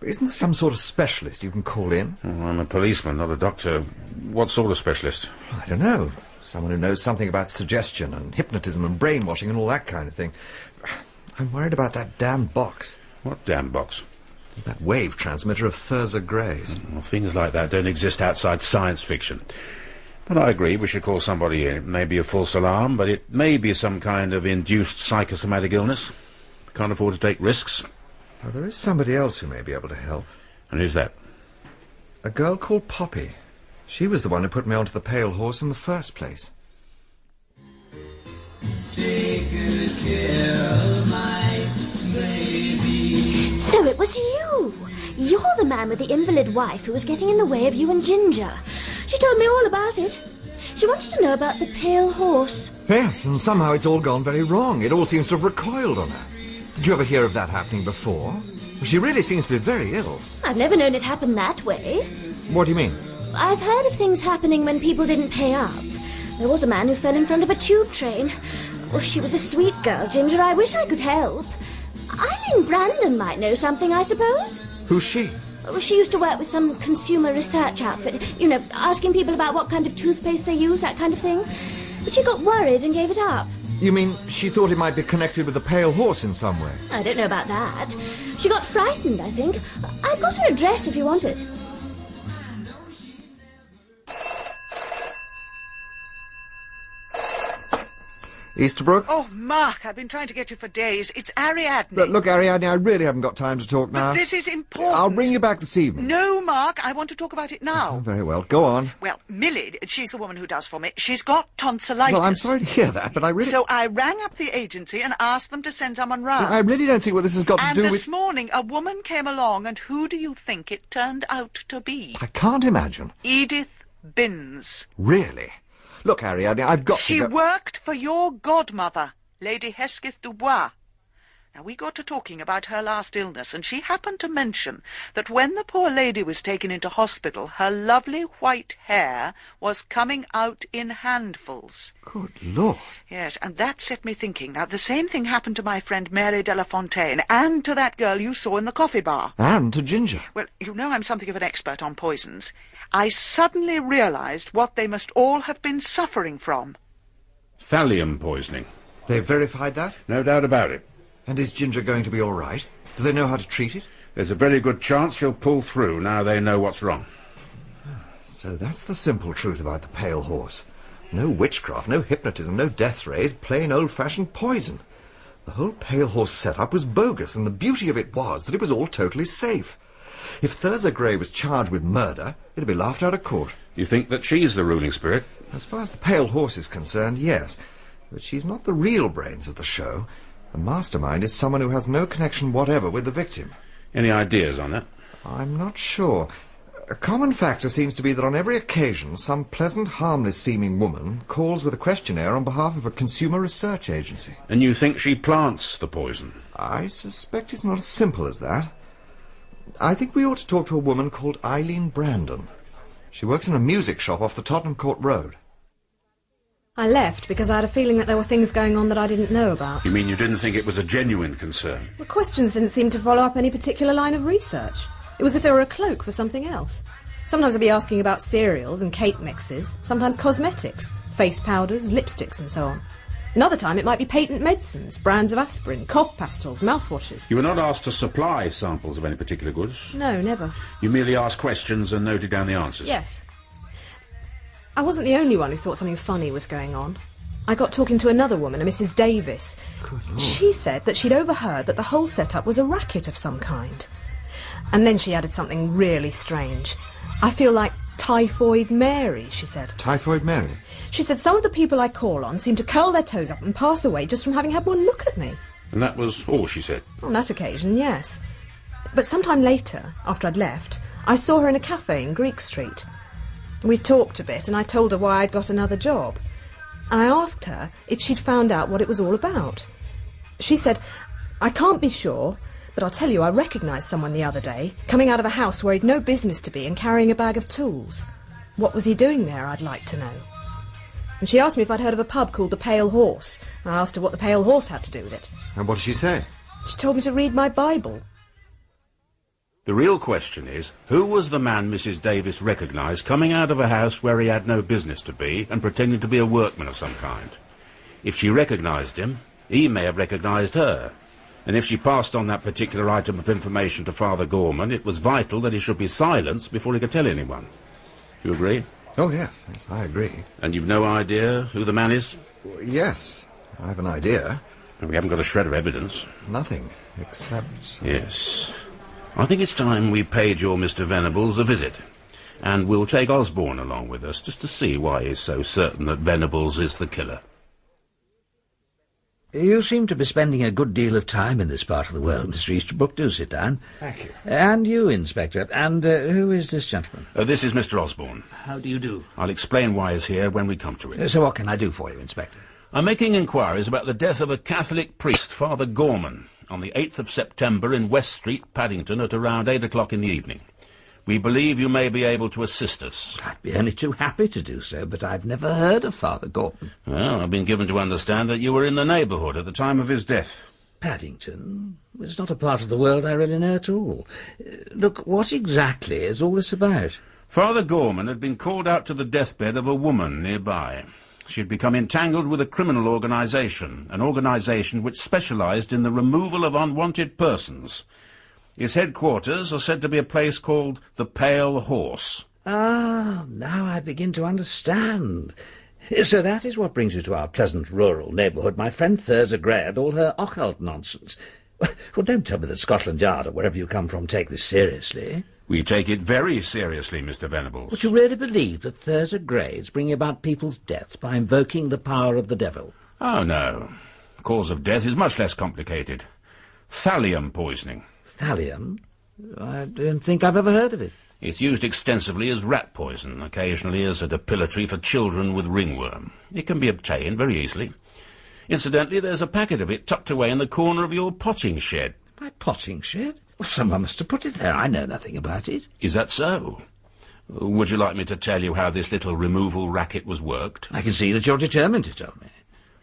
But isn't there some sort of specialist you can call in?
Oh, I'm a policeman, not a doctor. What sort of specialist?
I don't know. Someone who knows something about suggestion and hypnotism and brainwashing and all that kind of thing. I'm worried about that damn box.
What damn box?
That wave transmitter of Thurza Gray's.
Well, things like that don't exist outside science fiction. But I agree, we should call somebody in. It may be a false alarm, but it may be some kind of induced psychosomatic illness. Can't afford to take risks.
Now, there is somebody else who may be able to help.
And who's that?
A girl called Poppy. She was the one who put me onto the pale horse in the first place.
So it was you. You're the man with the invalid wife who was getting in the way of you and Ginger. She told me all about it. She wanted to know about the pale horse.
Yes, and somehow it's all gone very wrong. It all seems to have recoiled on her. Did you ever hear of that happening before? She really seems to be very ill.
I've never known it happen that way.
What do you mean?
I've heard of things happening when people didn't pay up. There was a man who fell in front of a tube train. Oh, she was a sweet girl, Ginger. I wish I could help. Eileen Brandon might know something, I suppose.
Who's she?
Oh, She used to work with some consumer research outfit, you know, asking people about what kind of toothpaste they use, that kind of thing. But she got worried and gave it up.
You mean she thought it might be connected with the pale horse in some way?
I don't know about that. She got frightened, I think. I've got her address if you want it.
Easterbrook?
Oh, Mark, I've been trying to get you for days. It's Ariadne.
Look, look, Ariadne, I really haven't got time to talk now.
But this is important.
I'll ring you back this evening.
No, Mark, I want to talk about it now.
Very well, go on.
Well, Millie, she's the woman who does for me. She's got tonsillitis.
Well, I'm sorry to hear that, but I really...
So I rang up the agency and asked them to send someone round.
I really don't see what this has got to
and
do
this
with...
morning a woman came along, and who do you think it turned out to be?
I can't imagine.
Edith Binns.
Really? Look, Ariadne, I've got
she
to go...
worked for your godmother, Lady Hesketh Dubois. Now, we got to talking about her last illness, and she happened to mention that when the poor lady was taken into hospital, her lovely white hair was coming out in handfuls.
Good Lord.
Yes, and that set me thinking. Now, the same thing happened to my friend Mary de la Fontaine and to that girl you saw in the coffee bar.
And to Ginger.
Well, you know I'm something of an expert on poisons. I suddenly realized what they must all have been suffering from.
Thallium poisoning.
They've verified that?
No doubt about it.
And is Ginger going to be all right? Do they know how to treat it?
There's a very good chance she'll pull through now they know what's wrong.
So that's the simple truth about the pale horse. No witchcraft, no hypnotism, no death rays, plain old-fashioned poison. The whole pale horse setup was bogus, and the beauty of it was that it was all totally safe. If Thurza Gray was charged with murder, it'd be laughed out of court.
You think that she's the ruling spirit?
As far as the pale horse is concerned, yes. But she's not the real brains of the show. The mastermind is someone who has no connection whatever with the victim.
Any ideas on that?
I'm not sure. A common factor seems to be that on every occasion, some pleasant, harmless-seeming woman calls with a questionnaire on behalf of a consumer research agency.
And you think she plants the poison?
I suspect it's not as simple as that. I think we ought to talk to a woman called Eileen Brandon. She works in a music shop off the Tottenham Court Road.
I left because I had a feeling that there were things going on that I didn't know about.
You mean you didn't think it was a genuine concern?
The questions didn't seem to follow up any particular line of research. It was as if they were a cloak for something else. Sometimes I'd be asking about cereals and cake mixes, sometimes cosmetics, face powders, lipsticks, and so on. Another time it might be patent medicines, brands of aspirin, cough pastils, mouthwashes.
You were not asked to supply samples of any particular goods.
No, never.
You merely asked questions and noted down the answers.
Yes. I wasn't the only one who thought something funny was going on. I got talking to another woman, a Mrs. Davis. She said that she'd overheard that the whole setup was a racket of some kind. And then she added something really strange. I feel like Typhoid Mary, she said.
Typhoid Mary.
She said some of the people I call on seem to curl their toes up and pass away just from having had one look at me.
And that was all she said.
On that occasion, yes. But sometime later, after I'd left, I saw her in a cafe in Greek Street. We talked a bit, and I told her why I'd got another job. And I asked her if she'd found out what it was all about. She said, I can't be sure, but I'll tell you, I recognised someone the other day, coming out of a house where he'd no business to be and carrying a bag of tools. What was he doing there, I'd like to know. And she asked me if I'd heard of a pub called the Pale Horse. I asked her what the Pale Horse had to do with it.
And what did she say?
She told me to read my Bible.
The real question is, who was the man Mrs. Davis recognised coming out of a house where he had no business to be and pretending to be a workman of some kind? If she recognised him, he may have recognised her. And if she passed on that particular item of information to Father Gorman, it was vital that he should be silenced before he could tell anyone. You agree?
Oh, yes, yes, I agree.
And you've no idea who the man is?
Yes, I have an idea.
We haven't got a shred of evidence.
Nothing, except...
Yes. I think it's time we paid your Mr. Venables a visit. And we'll take Osborne along with us just to see why he's so certain that Venables is the killer.
You seem to be spending a good deal of time in this part of the world, Mr. Easterbrook. Do sit down.
Thank you.
And you, Inspector. And uh, who is this gentleman?
Uh, this is Mr. Osborne.
How do you do?
I'll explain why he's here when we come to it.
Uh, so what can I do for you, Inspector?
I'm making inquiries about the death of a Catholic priest, Father Gorman, on the 8th of September in West Street, Paddington, at around 8 o'clock in the evening. We believe you may be able to assist us. I'd
be only too happy to do so, but I've never heard of Father Gorman.
Well, I've been given to understand that you were in the neighbourhood at the time of his death.
Paddington was not a part of the world I really know at all. Uh, Look, what exactly is all this about?
Father Gorman had been called out to the deathbed of a woman nearby. She had become entangled with a criminal organisation, an organisation which specialised in the removal of unwanted persons. Its headquarters are said to be a place called the Pale Horse.
Ah, now I begin to understand. So that is what brings you to our pleasant rural neighbourhood, my friend Thurza Grey and all her occult nonsense. Well, don't tell me that Scotland Yard or wherever you come from take this seriously.
We take it very seriously, Mr. Venables.
Would you really believe that Thurza Grey is bringing about people's deaths by invoking the power of the devil?
Oh, no. The cause of death is much less complicated. Thallium poisoning.
Thallium? I don't think I've ever heard of it.
It's used extensively as rat poison, occasionally as a depilatory for children with ringworm. It can be obtained very easily. Incidentally, there's a packet of it tucked away in the corner of your potting shed.
My potting shed? Well, someone must have put it there. I know nothing about it.
Is that so? Would you like me to tell you how this little removal racket was worked?
I can see that you're determined to tell me.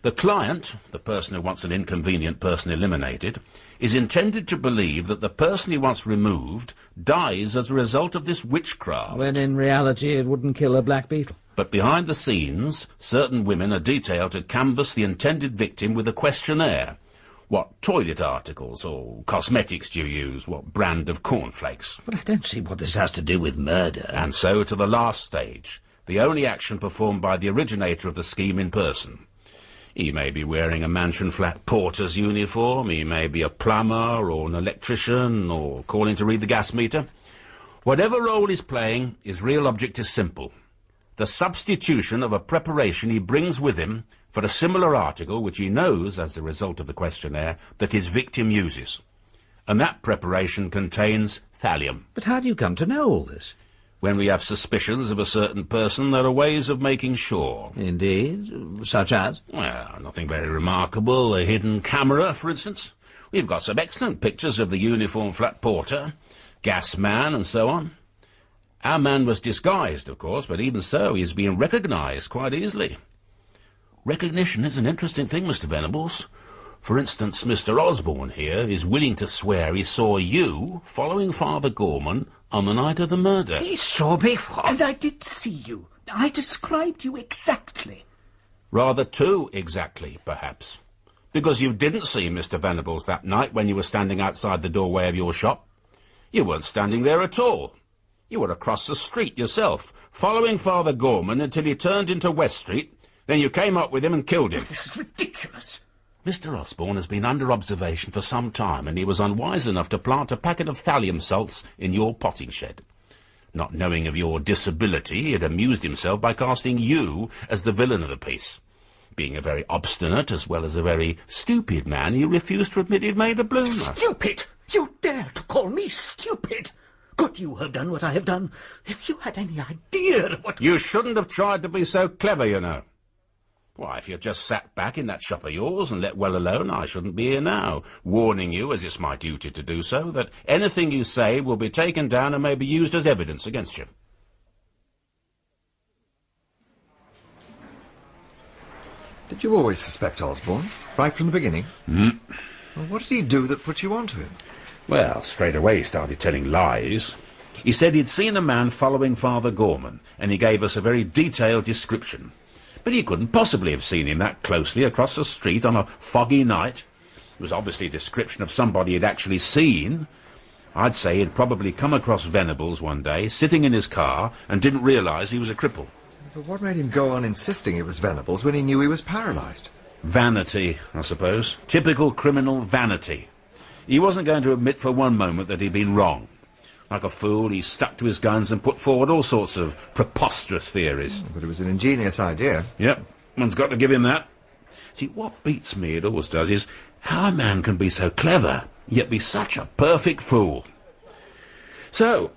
The client, the person who wants an inconvenient person eliminated, is intended to believe that the person he wants removed dies as a result of this witchcraft.
When in reality it wouldn't kill a black beetle.
But behind the scenes, certain women are detailed to canvass the intended victim with a questionnaire. What toilet articles or cosmetics do you use? What brand of cornflakes?
Well, I don't see what this has to do with murder.
And so to the last stage, the only action performed by the originator of the scheme in person. He may be wearing a mansion flat porter's uniform, he may be a plumber or an electrician or calling to read the gas meter. Whatever role he's playing, his real object is simple. The substitution of a preparation he brings with him for a similar article which he knows, as the result of the questionnaire, that his victim uses. And that preparation contains thallium.
But how do you come to know all this?
When we have suspicions of a certain person, there are ways of making sure.
Indeed. Such as?
Well, nothing very remarkable. A hidden camera, for instance. We've got some excellent pictures of the uniformed flat porter, gas man, and so on. Our man was disguised, of course, but even so, he has been recognised quite easily. Recognition is an interesting thing, Mr. Venables. For instance, Mr. Osborne here is willing to swear he saw you following Father Gorman on the night of the murder.
He saw me, what? and I did see you. I described you exactly.
Rather too exactly, perhaps. Because you didn't see Mr. Venables that night when you were standing outside the doorway of your shop. You weren't standing there at all. You were across the street yourself, following Father Gorman until he turned into West Street, then you came up with him and killed him.
This is ridiculous.
Mr. Osborne has been under observation for some time, and he was unwise enough to plant a packet of thallium salts in your potting shed. Not knowing of your disability, he had amused himself by casting you as the villain of the piece. Being a very obstinate as well as a very stupid man, he refused to admit he'd made a blunder.
Stupid! You dare to call me stupid! Could you have done what I have done if you had any idea of what...
You shouldn't have tried to be so clever, you know. Why, if you'd just sat back in that shop of yours and let well alone, I shouldn't be here now, warning you, as it's my duty to do so, that anything you say will be taken down and may be used as evidence against you.
Did you always suspect Osborne? Right from the beginning?
Mm.
Well, what did he do that put you onto him?
Well, straight away he started telling lies. He said he'd seen a man following Father Gorman, and he gave us a very detailed description but he couldn't possibly have seen him that closely across the street on a foggy night. It was obviously a description of somebody he'd actually seen. I'd say he'd probably come across Venables one day, sitting in his car, and didn't realise he was a cripple.
But what made him go on insisting it was Venables when he knew he was paralysed?
Vanity, I suppose. Typical criminal vanity. He wasn't going to admit for one moment that he'd been wrong. Like a fool, he stuck to his guns and put forward all sorts of preposterous theories.
But it was an ingenious idea.
Yep, one's got to give him that. See, what beats me, it always does, is how a man can be so clever, yet be such a perfect fool. So,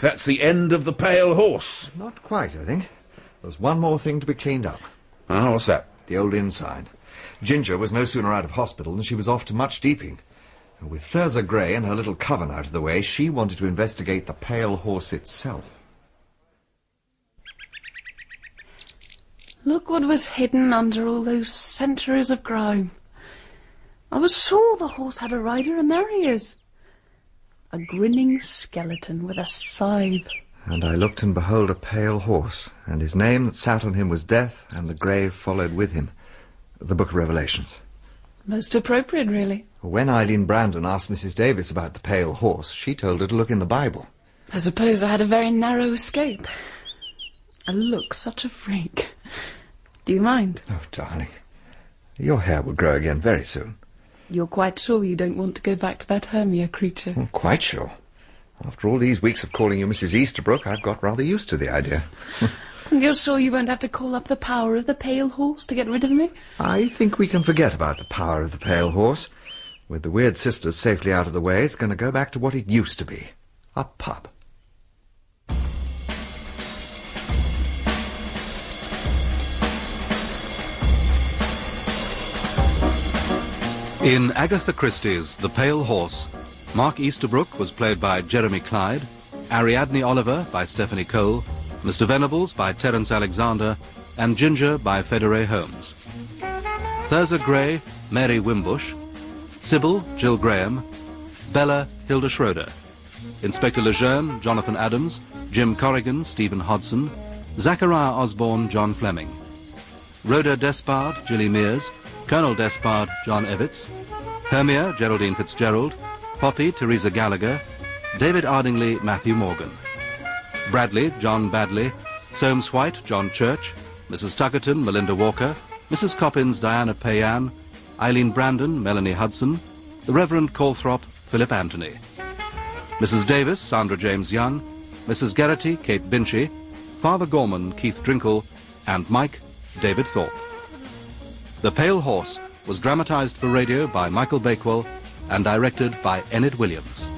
that's the end of the pale horse.
Not quite, I think. There's one more thing to be cleaned up.
Ah, what's that?
the old inn sign. Ginger was no sooner out of hospital than she was off to much deeping. With Thurza Grey and her little coven out of the way, she wanted to investigate the pale horse itself.
Look what was hidden under all those centuries of grime. I was sure the horse had a rider, and there he is. A grinning skeleton with a scythe.
And I looked and behold a pale horse, and his name that sat on him was Death, and the grave followed with him. The Book of Revelations.
Most appropriate, really.
When Eileen Brandon asked Mrs. Davis about the pale horse, she told her to look in the Bible.
I suppose I had a very narrow escape. I look such a freak. Do you mind?
Oh, darling, your hair will grow again very soon.
You're quite sure you don't want to go back to that Hermia creature?
I'm quite sure. After all these weeks of calling you Mrs. Easterbrook, I've got rather used to the idea.
And you're sure you won't have to call up the power of the pale horse to get rid of me?
I think we can forget about the power of the pale horse. With the weird sisters safely out of the way, it's going to go back to what it used to be a pub.
In Agatha Christie's The Pale Horse, Mark Easterbrook was played by Jeremy Clyde, Ariadne Oliver by Stephanie Cole, Mr. Venables by Terence Alexander, and Ginger by Federe Holmes. Thurza Gray, Mary Wimbush, Sybil, Jill Graham, Bella, Hilda Schroeder, Inspector Lejeune, Jonathan Adams, Jim Corrigan, Stephen Hodson, Zachariah Osborne, John Fleming, Rhoda Despard, Jilly Mears, Colonel Despard, John Evitts, Hermia, Geraldine Fitzgerald, Poppy, Teresa Gallagher, David Ardingly, Matthew Morgan, Bradley, John Badley, Soames White, John Church, Mrs. Tuckerton, Melinda Walker, Mrs. Coppins, Diana Payan, Eileen Brandon, Melanie Hudson, the Reverend Calthrop, Philip Anthony, Mrs. Davis, Sandra James Young, Mrs. Geraghty, Kate Binchy, Father Gorman, Keith Drinkle, and Mike, David Thorpe. The Pale Horse was dramatized for radio by Michael Bakewell and directed by Enid Williams.